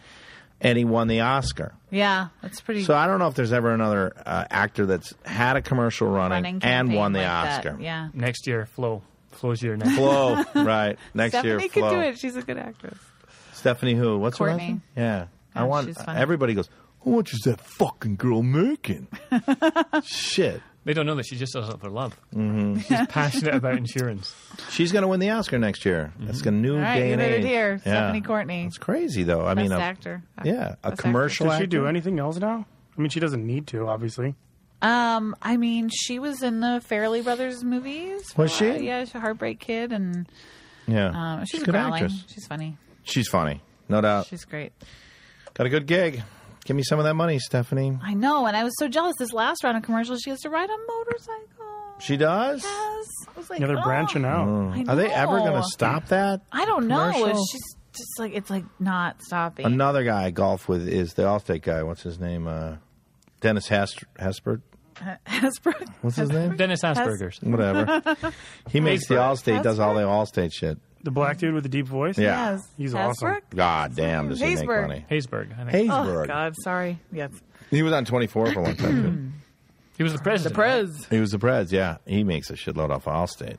Speaker 4: And he won the Oscar.
Speaker 3: Yeah, that's pretty.
Speaker 4: So I don't know if there's ever another uh, actor that's had a commercial running,
Speaker 3: running
Speaker 4: and
Speaker 3: campaign
Speaker 4: won the
Speaker 3: like that.
Speaker 4: Oscar.
Speaker 3: Yeah.
Speaker 5: Next year, Flo. Flo's year next
Speaker 4: Flo, right. Next
Speaker 3: Stephanie
Speaker 4: year,
Speaker 3: could
Speaker 4: Flo.
Speaker 3: do it. She's a good actress.
Speaker 4: Stephanie who? What's her last
Speaker 3: Courtney.
Speaker 4: name? Yeah. I
Speaker 3: God,
Speaker 4: want
Speaker 3: she's funny.
Speaker 4: everybody goes, What is that fucking girl making? Shit.
Speaker 5: They don't know that she just does it for love.
Speaker 4: Mm-hmm.
Speaker 5: She's passionate about insurance.
Speaker 4: She's going to win the Oscar next year. That's a new
Speaker 3: All right,
Speaker 4: day
Speaker 3: you
Speaker 4: and
Speaker 3: heard
Speaker 4: age.
Speaker 3: it here.
Speaker 4: Yeah.
Speaker 3: Stephanie Courtney,
Speaker 4: It's crazy though. I mean,
Speaker 3: best
Speaker 4: a-
Speaker 3: actor.
Speaker 4: yeah, a
Speaker 3: Best
Speaker 4: commercial.
Speaker 6: Does she do
Speaker 4: actor.
Speaker 6: anything else now? I mean, she doesn't need to, obviously.
Speaker 3: Um, I mean, she was in the Fairley Brothers movies. for
Speaker 4: Was
Speaker 3: a while.
Speaker 4: she?
Speaker 3: Yeah, she's a Heartbreak Kid, and
Speaker 4: Yeah,
Speaker 3: um, she's,
Speaker 4: a
Speaker 3: a
Speaker 4: good
Speaker 3: growling.
Speaker 4: actress.
Speaker 3: She's funny.
Speaker 4: She's funny, no doubt.
Speaker 3: She's great.
Speaker 4: Got a good gig. Give me some of that money, Stephanie.
Speaker 3: I know, and I was so jealous. This last round of commercials, she has to ride a motorcycle.
Speaker 4: She does.
Speaker 3: yes. I was like,
Speaker 6: Yeah, they're
Speaker 3: oh.
Speaker 6: branching out.
Speaker 3: I
Speaker 4: Are they ever
Speaker 3: know.
Speaker 4: going to stop that?
Speaker 3: I don't know.
Speaker 4: commercial?
Speaker 3: It's just, just like it's like not stopping.
Speaker 4: Another guy I golf with is the Allstate guy. What's his name? Uh, Dennis Hast- Hespert.
Speaker 3: Hasbro.
Speaker 4: What's his name?
Speaker 5: Dennis Asperger's.
Speaker 4: Whatever. He makes the Allstate, does all the Allstate shit.
Speaker 6: The black dude with the deep voice.
Speaker 4: Yeah.
Speaker 3: Yes.
Speaker 6: He's
Speaker 3: Hasbrook?
Speaker 4: God damn, does he make
Speaker 3: Haysburg.
Speaker 4: money?
Speaker 5: Haysburg, I think.
Speaker 3: Oh,
Speaker 4: Haysburg.
Speaker 3: God. Sorry. Yes.
Speaker 4: He was on 24 for a long time. too.
Speaker 5: He was the president. right?
Speaker 3: Prez.
Speaker 4: He was the Preds, yeah. He makes a shitload off Allstate.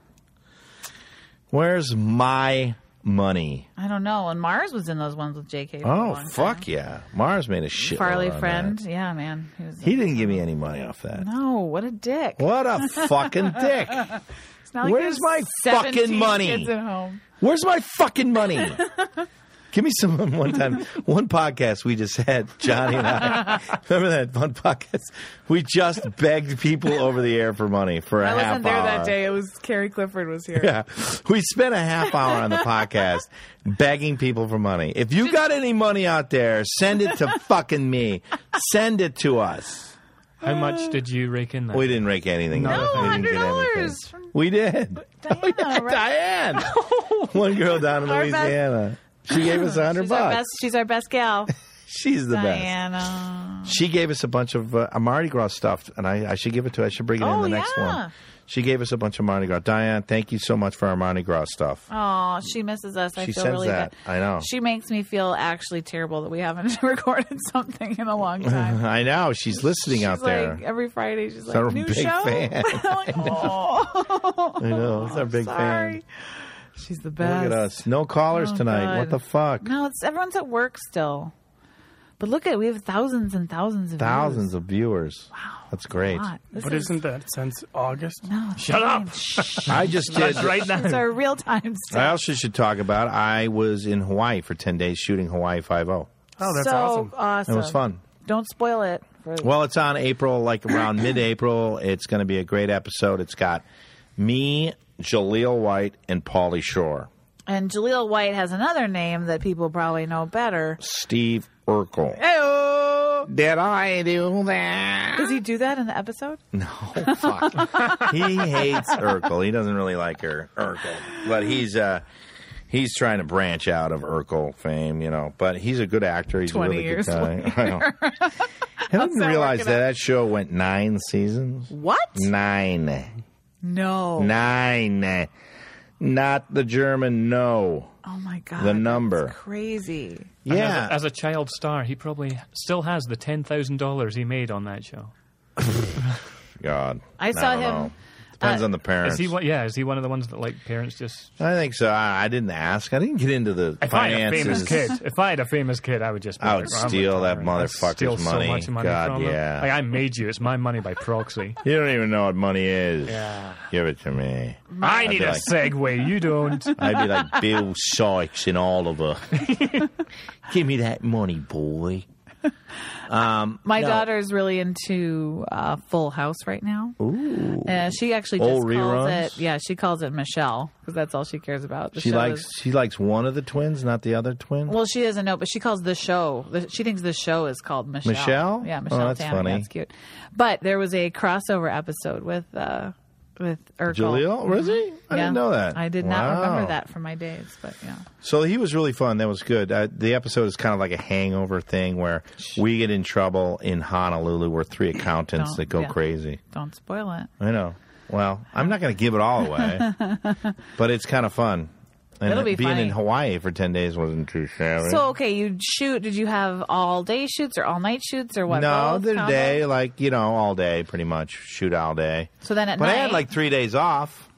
Speaker 4: Where's my money?
Speaker 3: I don't know. And Mars was in those ones with JK. For a
Speaker 4: Oh,
Speaker 3: long
Speaker 4: fuck
Speaker 3: time.
Speaker 4: yeah. Mars made a shit.
Speaker 3: Farley friend. Yeah, man. He was.
Speaker 4: He didn't give me any money off that.
Speaker 3: no, what a dick.
Speaker 4: What a fucking dick.
Speaker 3: It's not like
Speaker 4: Where's
Speaker 3: there's
Speaker 4: my
Speaker 3: 17
Speaker 4: fucking money?
Speaker 3: Kids at home.
Speaker 4: Where's my fucking money? Give me some one time. One podcast we just had, Johnny and I. Remember that one podcast? We just begged people over the air for money for a
Speaker 3: I
Speaker 4: half
Speaker 3: wasn't there
Speaker 4: hour.
Speaker 3: that day. It was Carrie Clifford was here.
Speaker 4: Yeah. We spent a half hour on the podcast begging people for money. If you got any money out there, send it to fucking me. Send it to us.
Speaker 5: How much did you rake in that?
Speaker 4: We didn't rake anything.
Speaker 5: No,
Speaker 4: we didn't get
Speaker 3: $100
Speaker 4: anything. We did.
Speaker 3: Diana,
Speaker 4: oh, yeah,
Speaker 3: right?
Speaker 4: Diane. One girl down in
Speaker 3: Our best-
Speaker 4: Louisiana. She gave us a hundred
Speaker 3: She's our,
Speaker 4: bucks.
Speaker 3: best, she's our best gal.
Speaker 4: She's the best.
Speaker 3: Diana.
Speaker 4: She gave us a bunch of uh, Mardi Gras stuff, and I, I should give it to. I should bring it in
Speaker 3: Oh,
Speaker 4: the next
Speaker 3: yeah.
Speaker 4: one. She gave us a bunch of Mardi Gras. Diane, thank you so much for our Mardi Gras stuff.
Speaker 3: Oh, she misses us. I
Speaker 4: She
Speaker 3: feel
Speaker 4: says
Speaker 3: really
Speaker 4: that.
Speaker 3: bad.
Speaker 4: I know.
Speaker 3: She makes me feel actually terrible that we haven't recorded something in a long time.
Speaker 4: I know she's listening
Speaker 3: She's
Speaker 4: out there.
Speaker 3: like every Friday. She's
Speaker 4: our
Speaker 3: like, new
Speaker 4: big
Speaker 3: show.
Speaker 4: fan.
Speaker 3: I'm like, oh,
Speaker 4: I know. It's our big
Speaker 3: sorry. She's the
Speaker 4: fan.
Speaker 3: best.
Speaker 4: Look at us. No callers
Speaker 3: Oh,
Speaker 4: tonight.
Speaker 3: God.
Speaker 4: What the fuck?
Speaker 3: No, it's everyone's at work still. But look at we have thousands and thousands of
Speaker 4: Thousands of viewers. Wow. That's great.
Speaker 6: But isn't that since August?
Speaker 5: Shut up!
Speaker 4: I just did.
Speaker 5: right
Speaker 3: It's
Speaker 5: now.
Speaker 3: our real time
Speaker 4: I
Speaker 3: stuff.
Speaker 4: also should talk about I was in Hawaii for 10 days shooting Hawaii 5 0.
Speaker 6: Oh, that's
Speaker 3: so uh,
Speaker 6: awesome.
Speaker 3: awesome.
Speaker 4: It was fun.
Speaker 3: Don't spoil it. For,
Speaker 4: Well, it's on April, like around mid April. It's going to be a great episode. It's got me, Jaleel White, and Paulie Shore.
Speaker 3: and Jaleel White has another name that people probably know better.
Speaker 4: Steve Urkel.
Speaker 3: Hey-oh!
Speaker 4: Did I do that?
Speaker 3: Does he do that in the episode?
Speaker 4: Oh, fuck. he hates Urkel. He doesn't really like her, Urkel. But he's uh he's trying to branch out of Urkel fame, you know. But he's a good actor. He's
Speaker 3: 20
Speaker 4: a really
Speaker 3: years
Speaker 4: good guy. I know. I didn't
Speaker 3: that
Speaker 4: realize
Speaker 3: working
Speaker 4: that
Speaker 3: out?
Speaker 4: that show went nine seasons.
Speaker 3: What?
Speaker 4: Nine.
Speaker 3: No.
Speaker 4: Nine. Not the German, no.
Speaker 3: Oh my god.
Speaker 4: The number.
Speaker 3: That's crazy.
Speaker 5: And
Speaker 4: Yeah.
Speaker 5: As a, as a child star, he probably still has the ten thousand dollars he made on that show.
Speaker 4: God.
Speaker 3: I saw
Speaker 4: don't
Speaker 3: him,
Speaker 4: know. Depends
Speaker 3: uh,
Speaker 4: on the parents.
Speaker 5: Is he? one- Yeah, is he one of the ones that like parents just?
Speaker 4: I think so. I, I didn't ask. I didn't get into the
Speaker 5: If I had a
Speaker 4: finances.
Speaker 5: famous kid, if I had a famous kid, I would just. Be
Speaker 4: I
Speaker 5: like,
Speaker 4: would
Speaker 5: "Well, I'm
Speaker 4: steal that
Speaker 5: retiring. I'd
Speaker 4: motherfucker's
Speaker 5: steal
Speaker 4: money.
Speaker 5: So much money
Speaker 4: God,
Speaker 5: from him.
Speaker 4: yeah.
Speaker 5: Like, I made you. It's my money by proxy.
Speaker 4: You don't even know what money is.
Speaker 5: Yeah.
Speaker 4: Give it to me.
Speaker 5: I need
Speaker 4: be
Speaker 5: a
Speaker 4: like-
Speaker 5: segue. You don't.
Speaker 4: I'd be like Bill Sykes and Oliver. Give me that money, boy.
Speaker 3: My
Speaker 4: No.
Speaker 3: daughter's really into uh, Full House right now. Ooh. Uh, she actually just
Speaker 4: Oh,
Speaker 3: calls
Speaker 4: reruns?
Speaker 3: it. Yeah, she calls it Michelle because that's all she cares about. The
Speaker 4: She
Speaker 3: show
Speaker 4: likes
Speaker 3: is-
Speaker 4: she likes one of the twins, not the other twin.
Speaker 3: well, she doesn't know, but she calls the show. the- She thinks the show is called Michelle.
Speaker 4: Michelle?
Speaker 3: Yeah,
Speaker 4: Oh,
Speaker 3: Michelle.
Speaker 4: that's
Speaker 3: Tanner.
Speaker 4: funny.
Speaker 3: That's cute. But there was a crossover episode with uh, with Urkel. Mm-hmm.
Speaker 4: Jaleel, was he? I
Speaker 3: Yeah.
Speaker 4: didn't know that.
Speaker 3: I did not
Speaker 4: Wow.
Speaker 3: remember that from my days, but yeah.
Speaker 4: So he was really fun. That was good. Uh, the episode is kind of like a hangover thing where we get in trouble in Honolulu. We're three accountants
Speaker 3: Don't-
Speaker 4: that go
Speaker 3: Oh, yeah.
Speaker 4: crazy.
Speaker 3: Don't spoil it.
Speaker 4: I know. Well, I'm not going to give it all away, but it's kind of fun. And
Speaker 3: It'll be
Speaker 4: being
Speaker 3: funny.
Speaker 4: in Hawaii for ten days wasn't too shabby.
Speaker 3: So okay, you shoot. Did you have all day shoots or all night shoots or what?
Speaker 4: no,
Speaker 3: both?
Speaker 4: the
Speaker 3: Combo?
Speaker 4: day, like you know, all day, pretty much shoot all day.
Speaker 3: So then at
Speaker 4: but I
Speaker 3: night-
Speaker 4: had like three days off.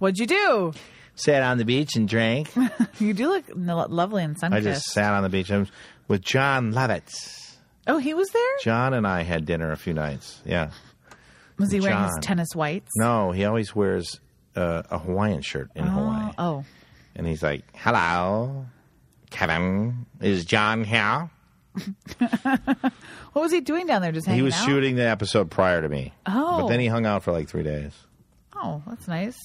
Speaker 3: What'd you do?
Speaker 4: Sat on the beach and drank.
Speaker 3: You do look n- lovely and sun
Speaker 4: I just sat on the beach I was with John Lovitz.
Speaker 3: Oh, he was there.
Speaker 4: John and I had dinner a few nights. Yeah.
Speaker 3: Was he wearing his
Speaker 4: John.
Speaker 3: tennis whites?
Speaker 4: No, he always wears uh, a Hawaiian shirt in Hawaii,
Speaker 3: Oh,
Speaker 4: and he's like, "Hello, Kevin. Is John here?"
Speaker 3: what was he doing down there? Just hanging
Speaker 4: He was
Speaker 3: out?
Speaker 4: shooting the episode prior to me.
Speaker 3: Oh.
Speaker 4: But then he hung out for like three days.
Speaker 3: Oh, that's nice.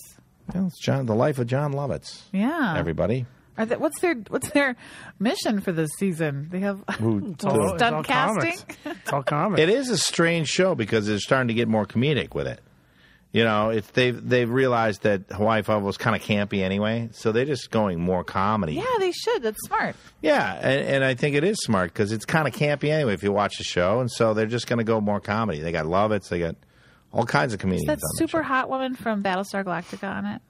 Speaker 4: Yeah, it's John, the life of John Lovitz.
Speaker 3: Yeah.
Speaker 4: Everybody.
Speaker 3: Are they, what's their What's their mission for this season? They have
Speaker 4: Who,
Speaker 6: It's all- it's
Speaker 3: stunt
Speaker 6: all
Speaker 3: casting?
Speaker 6: comics. It's all comics.
Speaker 4: it is a strange show because they're starting to get more comedic with it. You know, it's they've they've realized that Hawaii Five was kind of campy anyway, so they're just going more comedy.
Speaker 3: yeah, they should. That's smart.
Speaker 4: Yeah, and, and I think it is smart because it's kind of campy anyway if you watch the show, and so they're just going to go more comedy. They got Lovitz, they got all kinds of comedians.
Speaker 3: That
Speaker 4: on the
Speaker 3: super
Speaker 4: show.
Speaker 3: hot woman from Battlestar Galactica on it.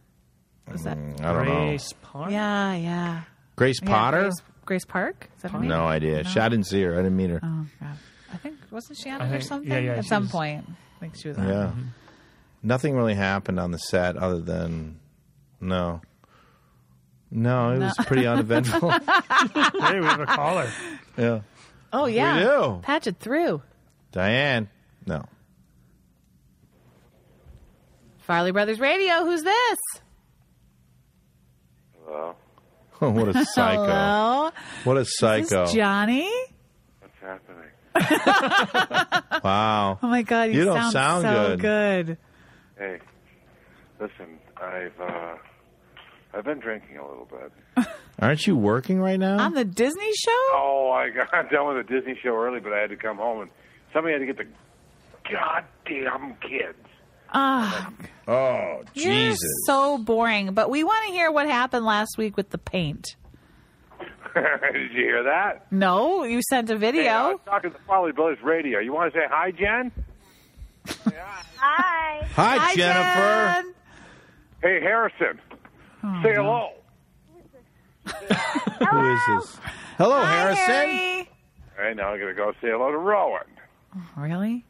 Speaker 3: Is that?
Speaker 4: I don't know.
Speaker 5: Grace Park.
Speaker 3: Yeah, yeah.
Speaker 4: Grace
Speaker 3: Yeah,
Speaker 4: Potter?
Speaker 3: Grace, Grace Park. Is that her name?
Speaker 4: No idea.
Speaker 3: No.
Speaker 4: She- I didn't see her. I didn't meet her.
Speaker 3: Oh god. I think wasn't she on
Speaker 5: I
Speaker 3: it or
Speaker 5: think- yeah,
Speaker 3: something
Speaker 5: yeah,
Speaker 3: at
Speaker 5: she
Speaker 3: some
Speaker 5: was-
Speaker 3: point? I think she was on.
Speaker 4: Yeah.
Speaker 3: it.
Speaker 4: Nothing really happened on the set other than no. No, it was pretty uneventful.
Speaker 6: Hey, we have a caller.
Speaker 4: yeah.
Speaker 3: Oh yeah.
Speaker 4: do.
Speaker 3: Patch it through.
Speaker 4: Diane. No.
Speaker 3: Farley Brothers Radio. Who's this?
Speaker 7: Hello.
Speaker 4: what a psycho.
Speaker 3: Hello.
Speaker 4: What a
Speaker 3: Is
Speaker 4: psycho.
Speaker 3: this Johnny.
Speaker 7: What's happening?
Speaker 4: wow.
Speaker 3: Oh my god. You,
Speaker 4: You don't sound
Speaker 3: so good.
Speaker 7: Hey, listen, I've uh, I've been drinking a little bit.
Speaker 4: Aren't you working right now?
Speaker 3: On the Disney show.
Speaker 7: Oh, I got done with the Disney show early, but I had to come home and somebody had to get the goddamn kids.
Speaker 3: Ah,
Speaker 4: oh,
Speaker 3: you're
Speaker 4: Jesus.
Speaker 3: so boring. But we want to hear what happened last week with the paint.
Speaker 7: Did you hear that?
Speaker 3: No, you sent a video.
Speaker 7: Hey, I was talking to Farley Brothers Radio. You want to say hi, Jen?
Speaker 8: Hi.
Speaker 4: Hi,
Speaker 3: Hi,
Speaker 4: Jennifer.
Speaker 3: Jen.
Speaker 7: Hey, Harrison. say hello.
Speaker 4: Who is this? Hello,
Speaker 3: Hi,
Speaker 4: Harrison.
Speaker 3: Harry.
Speaker 7: Hey, now I'm gonna go say hello to Rowan.
Speaker 3: Really?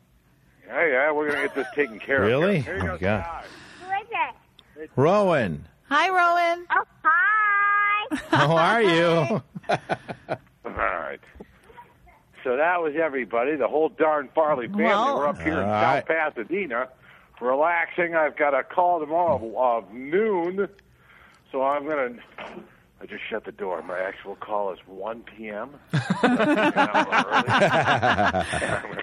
Speaker 7: Yeah, yeah, we're gonna get this taken care
Speaker 4: Really?
Speaker 7: of. Here you
Speaker 4: Oh,
Speaker 7: go,
Speaker 4: God.
Speaker 7: Scott.
Speaker 8: Who is it?
Speaker 4: Rowan.
Speaker 3: Hi, Rowan.
Speaker 8: Oh, hi.
Speaker 4: How are you?
Speaker 7: All right. So that was everybody. The whole darn Farley family.
Speaker 3: Well-
Speaker 7: We're up here in
Speaker 4: All right.
Speaker 7: South Pasadena, relaxing. I've got a call tomorrow of noon, so I'm gonna. I just shut the door. My actual call is 1 p.m. I'm gonna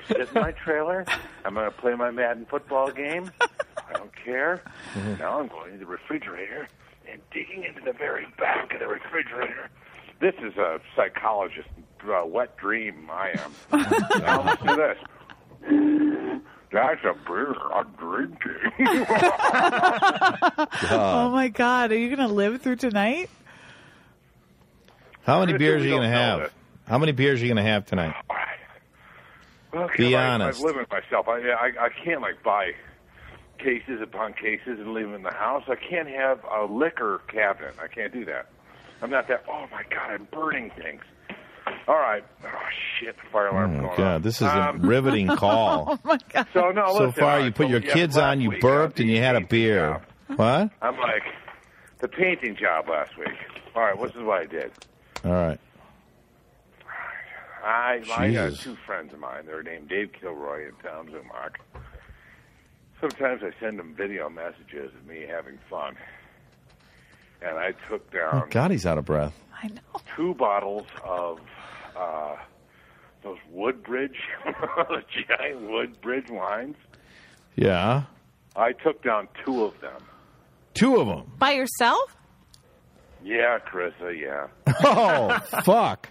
Speaker 7: sit in my trailer. I'm gonna play my Madden football game. I don't care. Now I'm going to the refrigerator and digging into the very back of the refrigerator. This is a psychologist uh, wet dream. I am. now listen to this. That's a beer I'm drinking.
Speaker 4: Uh.
Speaker 3: oh my God, are you going to live through tonight?
Speaker 4: How many
Speaker 7: We
Speaker 4: beers are you
Speaker 7: don't
Speaker 4: going to
Speaker 7: know
Speaker 4: have?
Speaker 7: this.
Speaker 4: How many beers are you going to have tonight?
Speaker 7: All right. Okay,
Speaker 4: Be
Speaker 7: I,
Speaker 4: honest.
Speaker 7: I live with myself. I, I I can't like buy cases upon cases and leave them in the house. I can't have a liquor cabinet. I can't do that. I'm not that. Oh my god, I'm burning things. All right. Oh shit, fire
Speaker 4: Oh,
Speaker 7: alarm's
Speaker 4: my
Speaker 7: going
Speaker 4: God.
Speaker 7: off.
Speaker 4: This is
Speaker 7: Um,
Speaker 4: a riveting call.
Speaker 7: so no.
Speaker 4: so
Speaker 7: listen,
Speaker 4: far,
Speaker 7: uh,
Speaker 4: you put
Speaker 7: so,
Speaker 4: your
Speaker 7: yeah,
Speaker 4: kids
Speaker 7: last
Speaker 4: on, you
Speaker 7: week, uh,
Speaker 4: burped, and
Speaker 7: the
Speaker 4: you had a
Speaker 7: painting
Speaker 4: beer.
Speaker 7: job.
Speaker 4: What?
Speaker 7: I'm like the painting job last week. All right, this is what I did.
Speaker 4: All right.
Speaker 7: I, I got
Speaker 4: Jesus.
Speaker 7: two friends of mine. They're named Dave Kilroy and Tom Zumach. Sometimes I send them video messages of me having fun. And I took down
Speaker 4: Oh, God, he's out of breath.
Speaker 3: I know.
Speaker 7: two bottles of uh, those Woodbridge, those giant Woodbridge wines.
Speaker 4: Yeah.
Speaker 7: I took down two of them.
Speaker 4: Two of them.
Speaker 3: By yourself?
Speaker 7: Yeah, Carissa, yeah.
Speaker 4: Oh, fuck.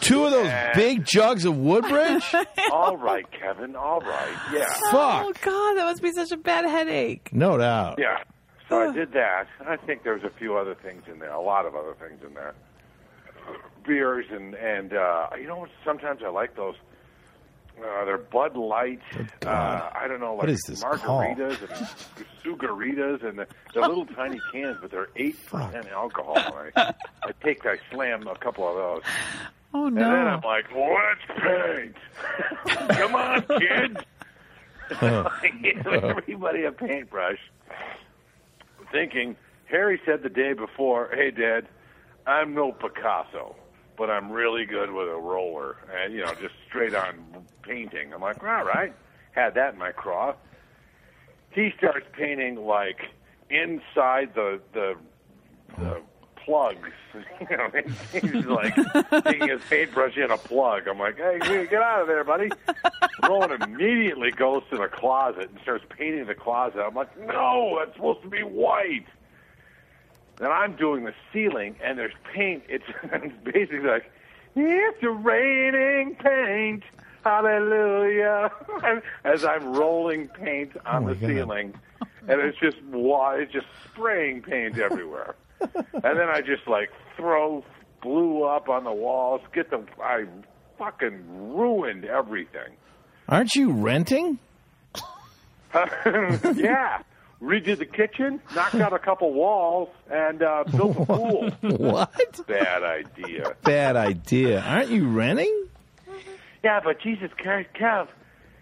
Speaker 4: Two of those big jugs of Woodbridge?
Speaker 7: all right, Kevin, all right, yeah.
Speaker 3: Oh
Speaker 4: Fuck.
Speaker 3: God, that must be such a bad headache.
Speaker 4: No doubt.
Speaker 7: Yeah. So I did that. and I think there's a few other things in there, a lot of other things in there. Beers and and uh, you know what? Sometimes I like those. Uh, they're Bud Light. Uh,
Speaker 4: Oh, God.
Speaker 7: I don't know, like
Speaker 4: What is this
Speaker 7: margaritas and sugaritas, and the, they're little tiny cans, but they're eight percent alcohol. And I, I take, I slam a couple of those,
Speaker 3: Oh
Speaker 7: and then
Speaker 3: no.
Speaker 7: I'm like, "Let's paint! Come on, kids!" give everybody a paintbrush, thinking Harry said the day before, "Hey, Dad, I'm no Picasso, but I'm really good with a roller, and you know, just straight on painting." I'm like, "All right," had that in my craw. He starts painting like inside the the, the plugs. you know, he's like taking his paintbrush in a plug. I'm like, "Hey, dude, get out of there, buddy!" Rowan immediately goes to the closet and starts painting the closet. I'm like, no, that's supposed to be white. Then I'm doing the ceiling, and there's paint. It's, it's basically like, it's raining paint. Hallelujah. As I'm rolling paint on
Speaker 4: Oh, my
Speaker 7: the
Speaker 4: God.
Speaker 7: ceiling, and it's just wa- it's just spraying paint everywhere. and then I just like throw glue up on the walls, get the I fucking ruined everything.
Speaker 4: Aren't you renting?
Speaker 7: yeah. redid the kitchen, knocked out a couple walls, and uh, built a pool.
Speaker 4: What?
Speaker 7: Bad idea.
Speaker 4: Bad idea. Aren't you renting?
Speaker 7: Yeah, but Jesus Christ, Kev,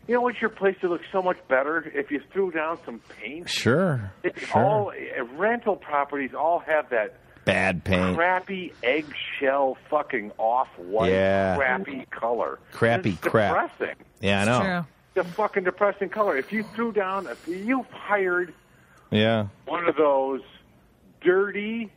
Speaker 7: you know what's your place would look so much better if you threw down some paint?
Speaker 4: Sure.
Speaker 7: It's
Speaker 4: Sure.
Speaker 7: all uh, rental properties all have that
Speaker 4: Bad paint.
Speaker 7: crappy eggshell fucking off white
Speaker 4: Yeah.
Speaker 7: crappy color.
Speaker 4: Crappy
Speaker 7: it's
Speaker 4: crap.
Speaker 7: Depressing.
Speaker 4: Yeah, I know.
Speaker 3: True.
Speaker 7: The fucking depressing color. If you threw down, if you hired
Speaker 4: Yeah.
Speaker 7: one of those dirty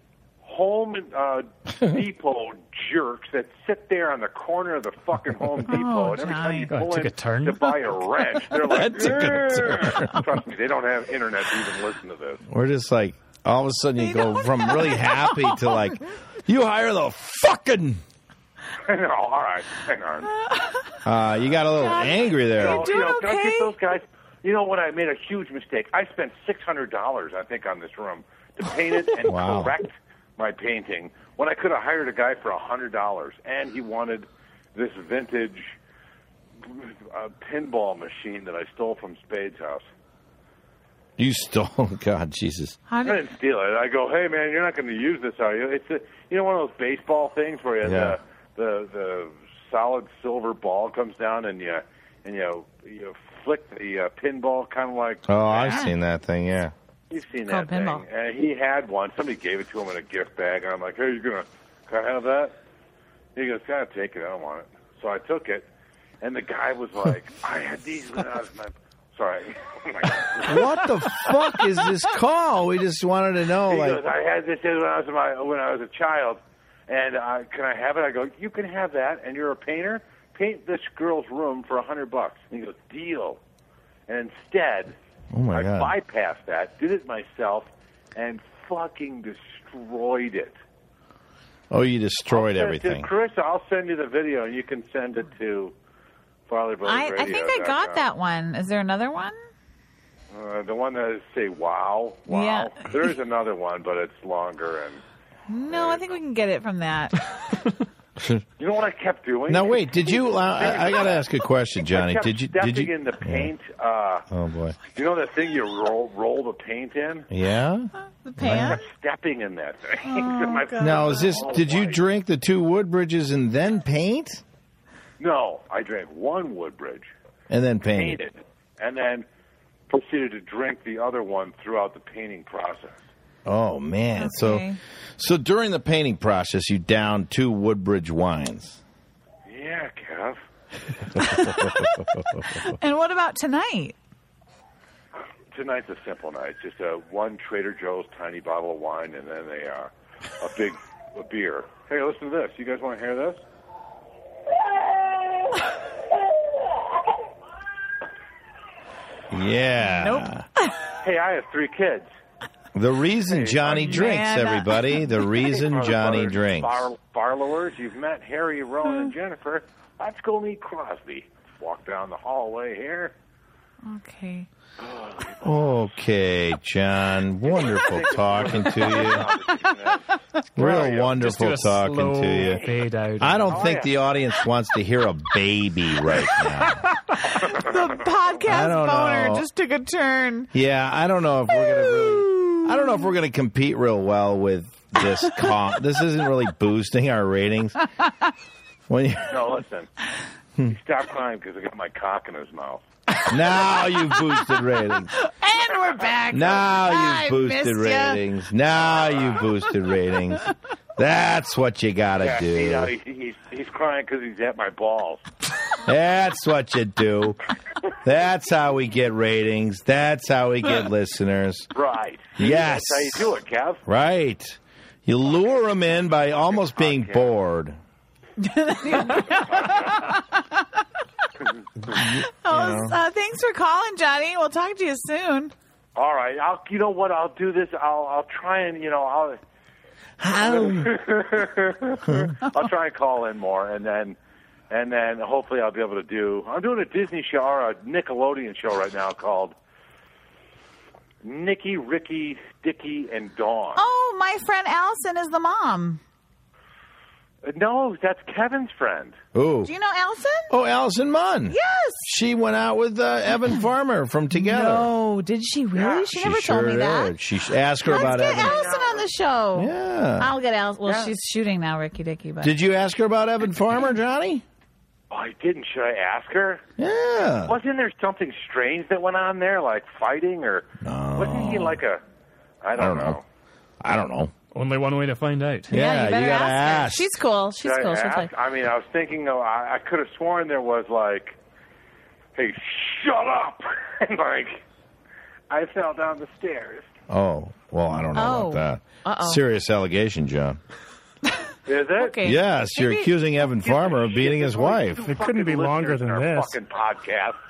Speaker 7: Home uh, Depot jerks that sit there on the corner of the fucking Home
Speaker 5: Oh,
Speaker 7: Depot, and every time
Speaker 3: Johnny.
Speaker 7: you
Speaker 5: God, it
Speaker 7: pull
Speaker 5: took
Speaker 7: in
Speaker 5: a turn.
Speaker 7: to buy a wrench, they're like,
Speaker 4: That took a
Speaker 7: "Grr." trust me, they don't have internet to even listen to this.
Speaker 4: We're just like all of a sudden you go from really happy to like you hire the fucking
Speaker 7: I know, all right, hang on.
Speaker 4: uh, you got a little angry there.
Speaker 7: you know,
Speaker 3: doing
Speaker 7: can I
Speaker 3: okay?
Speaker 7: get those guys? You know what? I made a huge mistake. I spent six hundred dollars, I think, on this room to paint it and
Speaker 4: Wow.
Speaker 7: correct my painting. When I could have hired a guy for a hundred dollars, and he wanted this vintage uh, pinball machine that I stole from Spade's house.
Speaker 4: You stole God Jesus.
Speaker 3: How
Speaker 7: I
Speaker 3: did,
Speaker 7: didn't steal it. I go, hey man, you're not going to use this, are you? It's a, you know one of those baseball things where you,
Speaker 4: Yeah.
Speaker 7: the, the the solid silver ball comes down and you and you you flick the uh, pinball kind of like
Speaker 4: Oh, I've seen that thing, yeah.
Speaker 7: You've seen
Speaker 3: called
Speaker 7: that thing.
Speaker 3: pinball.
Speaker 7: And he had one. Somebody gave it to him in a gift bag, and I'm like, "Hey, you gonna can I have that?" He goes, "Can I take it? I don't want it." So I took it, and the guy was like, "I had these when I was my sorry." Oh
Speaker 4: What the fuck is this call? We just wanted to know
Speaker 7: he
Speaker 4: like
Speaker 7: goes, "I had this when I was my when I was a child, and uh, can I have it?" I go, "You can have that, and you're a painter. Paint this girl's room for a hundred bucks." And he goes, "Deal." And instead,
Speaker 4: Oh my
Speaker 7: I
Speaker 4: god.
Speaker 7: bypassed that, did it myself, and fucking destroyed it.
Speaker 4: Oh, you destroyed
Speaker 7: Send it to
Speaker 4: everything.
Speaker 7: Chris, I'll send you the video, and you can send it to Farley Brothers
Speaker 3: I, I think I got that one. Is there another one?
Speaker 7: Uh, the one that say "Wow, wow."
Speaker 3: Yeah.
Speaker 7: There is another one, but it's longer. And
Speaker 3: No, I think we can get it from that.
Speaker 7: you know what I kept doing?
Speaker 4: Now wait, did you uh, I, I got to ask a question,
Speaker 7: I
Speaker 4: Johnny.
Speaker 7: kept
Speaker 4: Did you
Speaker 7: stepping
Speaker 4: did you
Speaker 7: in the paint? Uh,
Speaker 4: Oh boy.
Speaker 7: you know that thing you roll roll the paint in?
Speaker 4: Yeah?
Speaker 3: The pan?
Speaker 7: Stepping in that thing. So my-
Speaker 4: Now, is this
Speaker 7: Oh,
Speaker 4: did you
Speaker 7: my-
Speaker 4: drink the two Woodbridges and then paint?
Speaker 7: No, I drank one Woodbridge.
Speaker 4: And then paint.
Speaker 7: painted, and then proceeded to drink the other one throughout the painting process.
Speaker 4: Oh man. So
Speaker 3: Okay.
Speaker 4: so during the painting process you downed two Woodbridge wines.
Speaker 7: Yeah, Kev.
Speaker 3: And what about tonight?
Speaker 7: Tonight's a simple night. Just a one Trader Joe's tiny bottle of wine, and then a uh, a big a beer. Hey, listen to this. You guys want to hear this?
Speaker 4: Yeah.
Speaker 7: Hey, I have three kids.
Speaker 4: The reason Johnny drinks,
Speaker 3: man.
Speaker 4: everybody. The reason
Speaker 7: Our
Speaker 4: Johnny
Speaker 7: brothers,
Speaker 4: drinks.
Speaker 7: Bar- Barlowers, you've met Harry, Rowan, and Jennifer. Let's go meet Crosby. Walk down the hallway here.
Speaker 3: Okay.
Speaker 4: Okay, John. Wonderful talking to you. Real
Speaker 5: Just do
Speaker 4: wonderful
Speaker 5: a
Speaker 4: talking
Speaker 5: slow Oh,
Speaker 4: to you.
Speaker 5: Fade out.
Speaker 4: I don't think
Speaker 7: yeah.
Speaker 4: the audience wants to hear a baby right now.
Speaker 3: The podcast
Speaker 4: don't
Speaker 3: boner
Speaker 4: know.
Speaker 3: just took a turn.
Speaker 4: Yeah, I don't know if we're gonna really. I don't know if we're gonna compete real well with this. Con- this isn't really boosting our ratings. When you,
Speaker 7: No, listen.
Speaker 4: Hmm.
Speaker 7: he stopped crying because I got my cock in his mouth.
Speaker 4: now you've boosted ratings.
Speaker 3: And we're back.
Speaker 4: Now
Speaker 3: I
Speaker 4: you've boosted
Speaker 3: missed ya.
Speaker 4: ratings. Now you've boosted ratings. That's what you gotta
Speaker 7: Yeah, you know,
Speaker 4: do.
Speaker 7: he's, he's, he's crying because he's at my balls.
Speaker 4: That's what you do. That's how we get ratings. That's how we get listeners.
Speaker 7: Right.
Speaker 4: Yes.
Speaker 7: That's how you do it, Kev.
Speaker 4: Right. You lure them in by almost being bored.
Speaker 3: Oh, uh, thanks for calling, Johnny. We'll talk to you soon.
Speaker 7: All right. I'll. You know what? I'll do this. I'll. I'll try and. You know. I'll. I'll try and call in more, and then, and then hopefully I'll be able to do. I'm doing a Disney show or a Nickelodeon show right now called Nicky, Ricky, Dicky, and Dawn.
Speaker 3: Oh, my friend Allison is the mom.
Speaker 7: Uh, No, that's Kevin's friend.
Speaker 4: Ooh.
Speaker 3: Do you know Allison?
Speaker 4: Oh, Allison Munn.
Speaker 3: Yes.
Speaker 4: She went out with uh, Evan Farmer from Together.
Speaker 3: No, Oh, did she really? she, never
Speaker 4: sure
Speaker 3: told me that.
Speaker 4: did. She sh- asked her
Speaker 3: Let's
Speaker 4: about
Speaker 3: get
Speaker 4: Evan.
Speaker 3: Allison on the show.
Speaker 4: Yeah.
Speaker 3: I'll get Allison. Well,
Speaker 7: Yeah.
Speaker 3: she's shooting now, Ricky Dicky. But
Speaker 4: Did you ask her about Evan Farmer, Johnny?
Speaker 7: Oh, I didn't. Should I ask her?
Speaker 4: Yeah.
Speaker 7: Wasn't there something strange that went on there, like fighting or?
Speaker 4: No.
Speaker 7: Wasn't he like a? I don't,
Speaker 4: I don't know. Uh, I don't know.
Speaker 5: Only one way to find out.
Speaker 3: yeah, you better
Speaker 4: gotta
Speaker 3: ask. her.
Speaker 4: ask.
Speaker 3: She's cool. She's
Speaker 7: Should I
Speaker 3: cool. She'll tell you.
Speaker 7: ask? I mean, I was thinking. though, I, I could have sworn there was like, "Hey, shut up!" and like, I fell down the stairs.
Speaker 4: Oh, well, I don't know
Speaker 3: Oh.
Speaker 4: about that.
Speaker 3: Uh-oh.
Speaker 4: Serious allegation, John.
Speaker 7: Is it?
Speaker 3: Okay.
Speaker 4: Yes, you're
Speaker 3: Maybe-
Speaker 4: accusing Evan Farmer of beating his wife.
Speaker 6: It couldn't be longer than
Speaker 7: our
Speaker 6: this.
Speaker 7: Fucking podcast.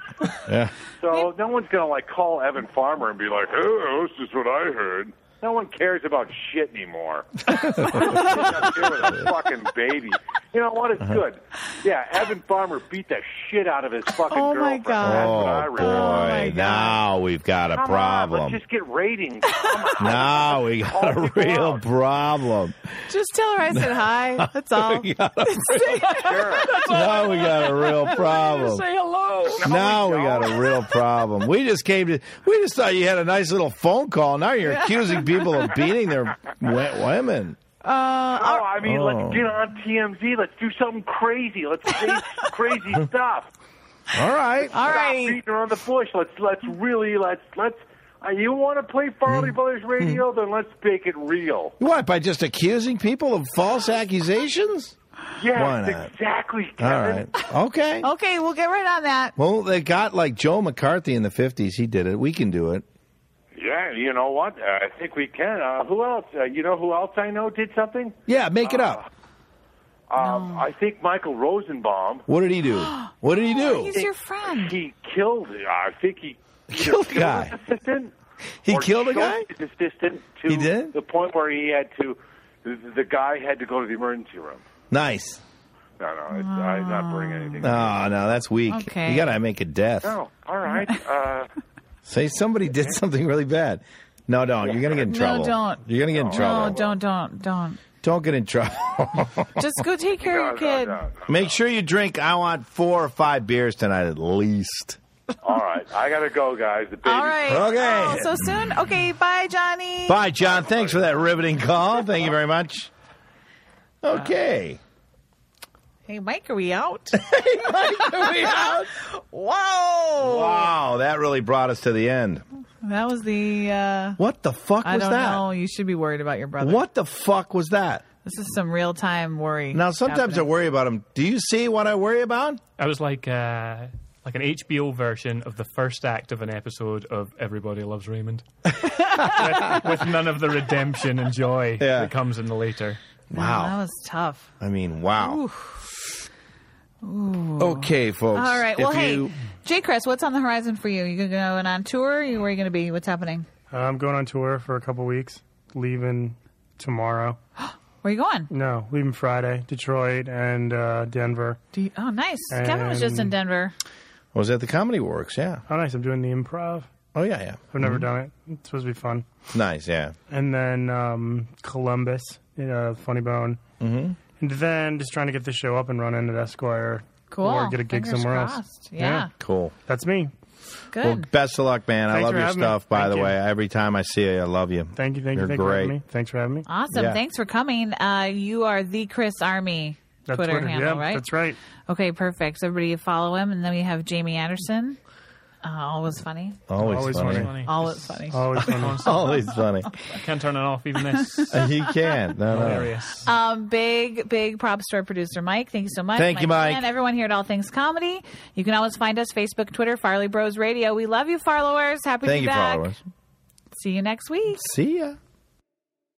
Speaker 4: Yeah.
Speaker 7: So no one's gonna like call Evan Farmer and be like, "Oh, this is what I heard." No one cares about shit anymore. Up here with a fucking baby. You know what? It's
Speaker 4: Uh-huh.
Speaker 7: good. Yeah, Evan Farmer beat the shit out of his fucking
Speaker 3: Oh, my
Speaker 7: girlfriend.
Speaker 3: God.
Speaker 7: That's what I
Speaker 4: Oh, boy.
Speaker 7: remember.
Speaker 4: now we've got a
Speaker 7: Come On,
Speaker 4: problem.
Speaker 7: let's just get ratings. Come on.
Speaker 4: Now we got
Speaker 7: Call
Speaker 4: a
Speaker 7: people
Speaker 4: real
Speaker 7: out.
Speaker 4: problem.
Speaker 3: Just tell her I said hi. That's all.
Speaker 4: We got a real- now we got a real problem.
Speaker 3: Say hello.
Speaker 4: Now we got a real problem. We just came to. We just thought you had a nice little phone call. Now you're accusing people of beating their wet women.
Speaker 3: Uh,
Speaker 7: No, I mean,
Speaker 4: Oh.
Speaker 7: let's get on TMZ. Let's do something crazy. Let's say crazy stuff.
Speaker 4: All right.
Speaker 3: All
Speaker 7: Stop
Speaker 3: right.
Speaker 7: beating around the bush. Let's let's really let's let's. Uh, you want to play Farley
Speaker 4: Hmm.
Speaker 7: Brothers Radio? Then let's make it real.
Speaker 4: What by just accusing people of false accusations? Why
Speaker 7: Yes,
Speaker 4: not?
Speaker 7: exactly,
Speaker 4: All
Speaker 7: Kevin.
Speaker 4: right. Okay.
Speaker 3: Okay, we'll get right on that.
Speaker 4: Well, they got like Joe McCarthy in the fifties. He did it. We can do it.
Speaker 7: Yeah, you know what? Uh, I think we can. Uh, who else? Uh, you know who else I know did something?
Speaker 4: Yeah, make it
Speaker 3: Uh.
Speaker 4: up.
Speaker 7: Um, I think Michael Rosenbaum.
Speaker 4: What did he do? What did he do?
Speaker 3: He's your friend.
Speaker 7: He killed. uh, I think he
Speaker 4: Killed a guy.
Speaker 7: his assistant.
Speaker 4: He
Speaker 7: or
Speaker 4: killed a
Speaker 7: choked
Speaker 4: guy.
Speaker 7: His assistant to
Speaker 4: He did?
Speaker 7: the point where he had to. The the guy had to go to the emergency room.
Speaker 4: Nice.
Speaker 7: No, no, it's, I'm not bringing anything.
Speaker 4: Oh no, that's weak.
Speaker 3: Okay.
Speaker 4: You gotta make a death.
Speaker 7: Oh, all right. Uh,
Speaker 4: Say somebody did something really bad. No, don't. You're gonna get in
Speaker 3: No,
Speaker 4: trouble.
Speaker 3: don't.
Speaker 4: You're gonna get in trouble.
Speaker 3: No, don't, don't, don't.
Speaker 4: Don't get in trouble.
Speaker 3: Just go take care
Speaker 7: no,
Speaker 3: of your kid.
Speaker 7: no, no.
Speaker 4: Make sure you drink. I want four or five beers tonight at least.
Speaker 7: All right, I gotta go, guys. The baby.
Speaker 3: All right.
Speaker 4: Okay.
Speaker 3: Oh, so soon? Okay, bye, Johnny.
Speaker 4: Bye, John. Thanks for that riveting call. Thank you very much. Okay.
Speaker 3: Hey, Mike, are we out?
Speaker 4: We out.
Speaker 3: Whoa.
Speaker 4: Wow, that really brought us to the end.
Speaker 3: That was the. Uh,
Speaker 4: What the fuck
Speaker 3: I
Speaker 4: was
Speaker 3: don't
Speaker 4: that?
Speaker 3: know. You should be worried about your brother.
Speaker 4: What the fuck was that?
Speaker 3: This is some real time worry.
Speaker 4: Now, sometimes I
Speaker 3: happening.
Speaker 4: worry about him. Do you see what I worry about?
Speaker 5: I was like uh, like an HBO version of the first act of an episode of Everybody Loves Raymond, with, with none of the redemption and joy
Speaker 4: Yeah.
Speaker 5: that comes in the later.
Speaker 3: Wow, that was tough.
Speaker 4: I mean, wow. Okay, folks.
Speaker 3: All right. Well,
Speaker 4: if
Speaker 3: hey,
Speaker 4: you-
Speaker 3: Jay Chris, what's on the horizon for you? You going to go on tour? You- Where are you going to be? What's happening?
Speaker 6: Uh, I'm going on tour for a couple weeks, leaving tomorrow.
Speaker 3: Where are you going?
Speaker 6: No, leaving Friday, Detroit and uh, Denver.
Speaker 3: Do you, oh, nice. Kevin was just in
Speaker 6: Um,
Speaker 3: Denver.
Speaker 4: was at the Comedy Works, yeah.
Speaker 6: Oh, nice. I'm doing the improv.
Speaker 4: Oh, yeah, yeah.
Speaker 6: I've never done it. It's supposed to be fun.
Speaker 4: It's nice, yeah.
Speaker 6: And then um, Columbus, you know, Funny Bone. Mm-hmm. And then just trying to get the show up and running at Esquire.
Speaker 3: Cool.
Speaker 6: Or get a gig
Speaker 3: Fingers
Speaker 6: somewhere
Speaker 3: crossed.
Speaker 6: else.
Speaker 3: Yeah.
Speaker 4: Cool.
Speaker 6: That's me.
Speaker 3: Good.
Speaker 4: Well, best of luck, man.
Speaker 6: Thanks
Speaker 4: I love
Speaker 6: for
Speaker 4: your
Speaker 6: having me.
Speaker 4: stuff, by
Speaker 6: Thank
Speaker 4: the
Speaker 6: you.
Speaker 4: way. Every time I see you, I love you.
Speaker 6: Thank you. Thank
Speaker 4: You're
Speaker 6: you. Thank you for
Speaker 4: great.
Speaker 6: having me. Thanks for having me.
Speaker 3: awesome.
Speaker 4: yeah.
Speaker 3: Thanks for coming. Uh, you are the Chris Army
Speaker 6: That's
Speaker 3: Twitter, handle,
Speaker 6: yeah,
Speaker 3: right?
Speaker 6: That's right.
Speaker 3: Okay, perfect. So everybody follow him. And then we have Jamie Anderson. Uh, always funny.
Speaker 4: Always,
Speaker 6: Always
Speaker 4: funny.
Speaker 6: funny.
Speaker 3: Always funny.
Speaker 6: Always fun.
Speaker 4: Always funny.
Speaker 5: Can't turn it off even this.
Speaker 4: you can't. No, no.
Speaker 5: Hilarious.
Speaker 3: Um, big, big prop store producer Mike. Thank you so much.
Speaker 4: Thank you, Mike.
Speaker 3: And everyone here at All Things Comedy. You can always find us Facebook, Twitter, Farley Bros Radio. We love you, followers. Happy to
Speaker 4: Thank
Speaker 3: be
Speaker 4: you,
Speaker 3: back.
Speaker 4: followers.
Speaker 3: See you next week.
Speaker 4: See ya.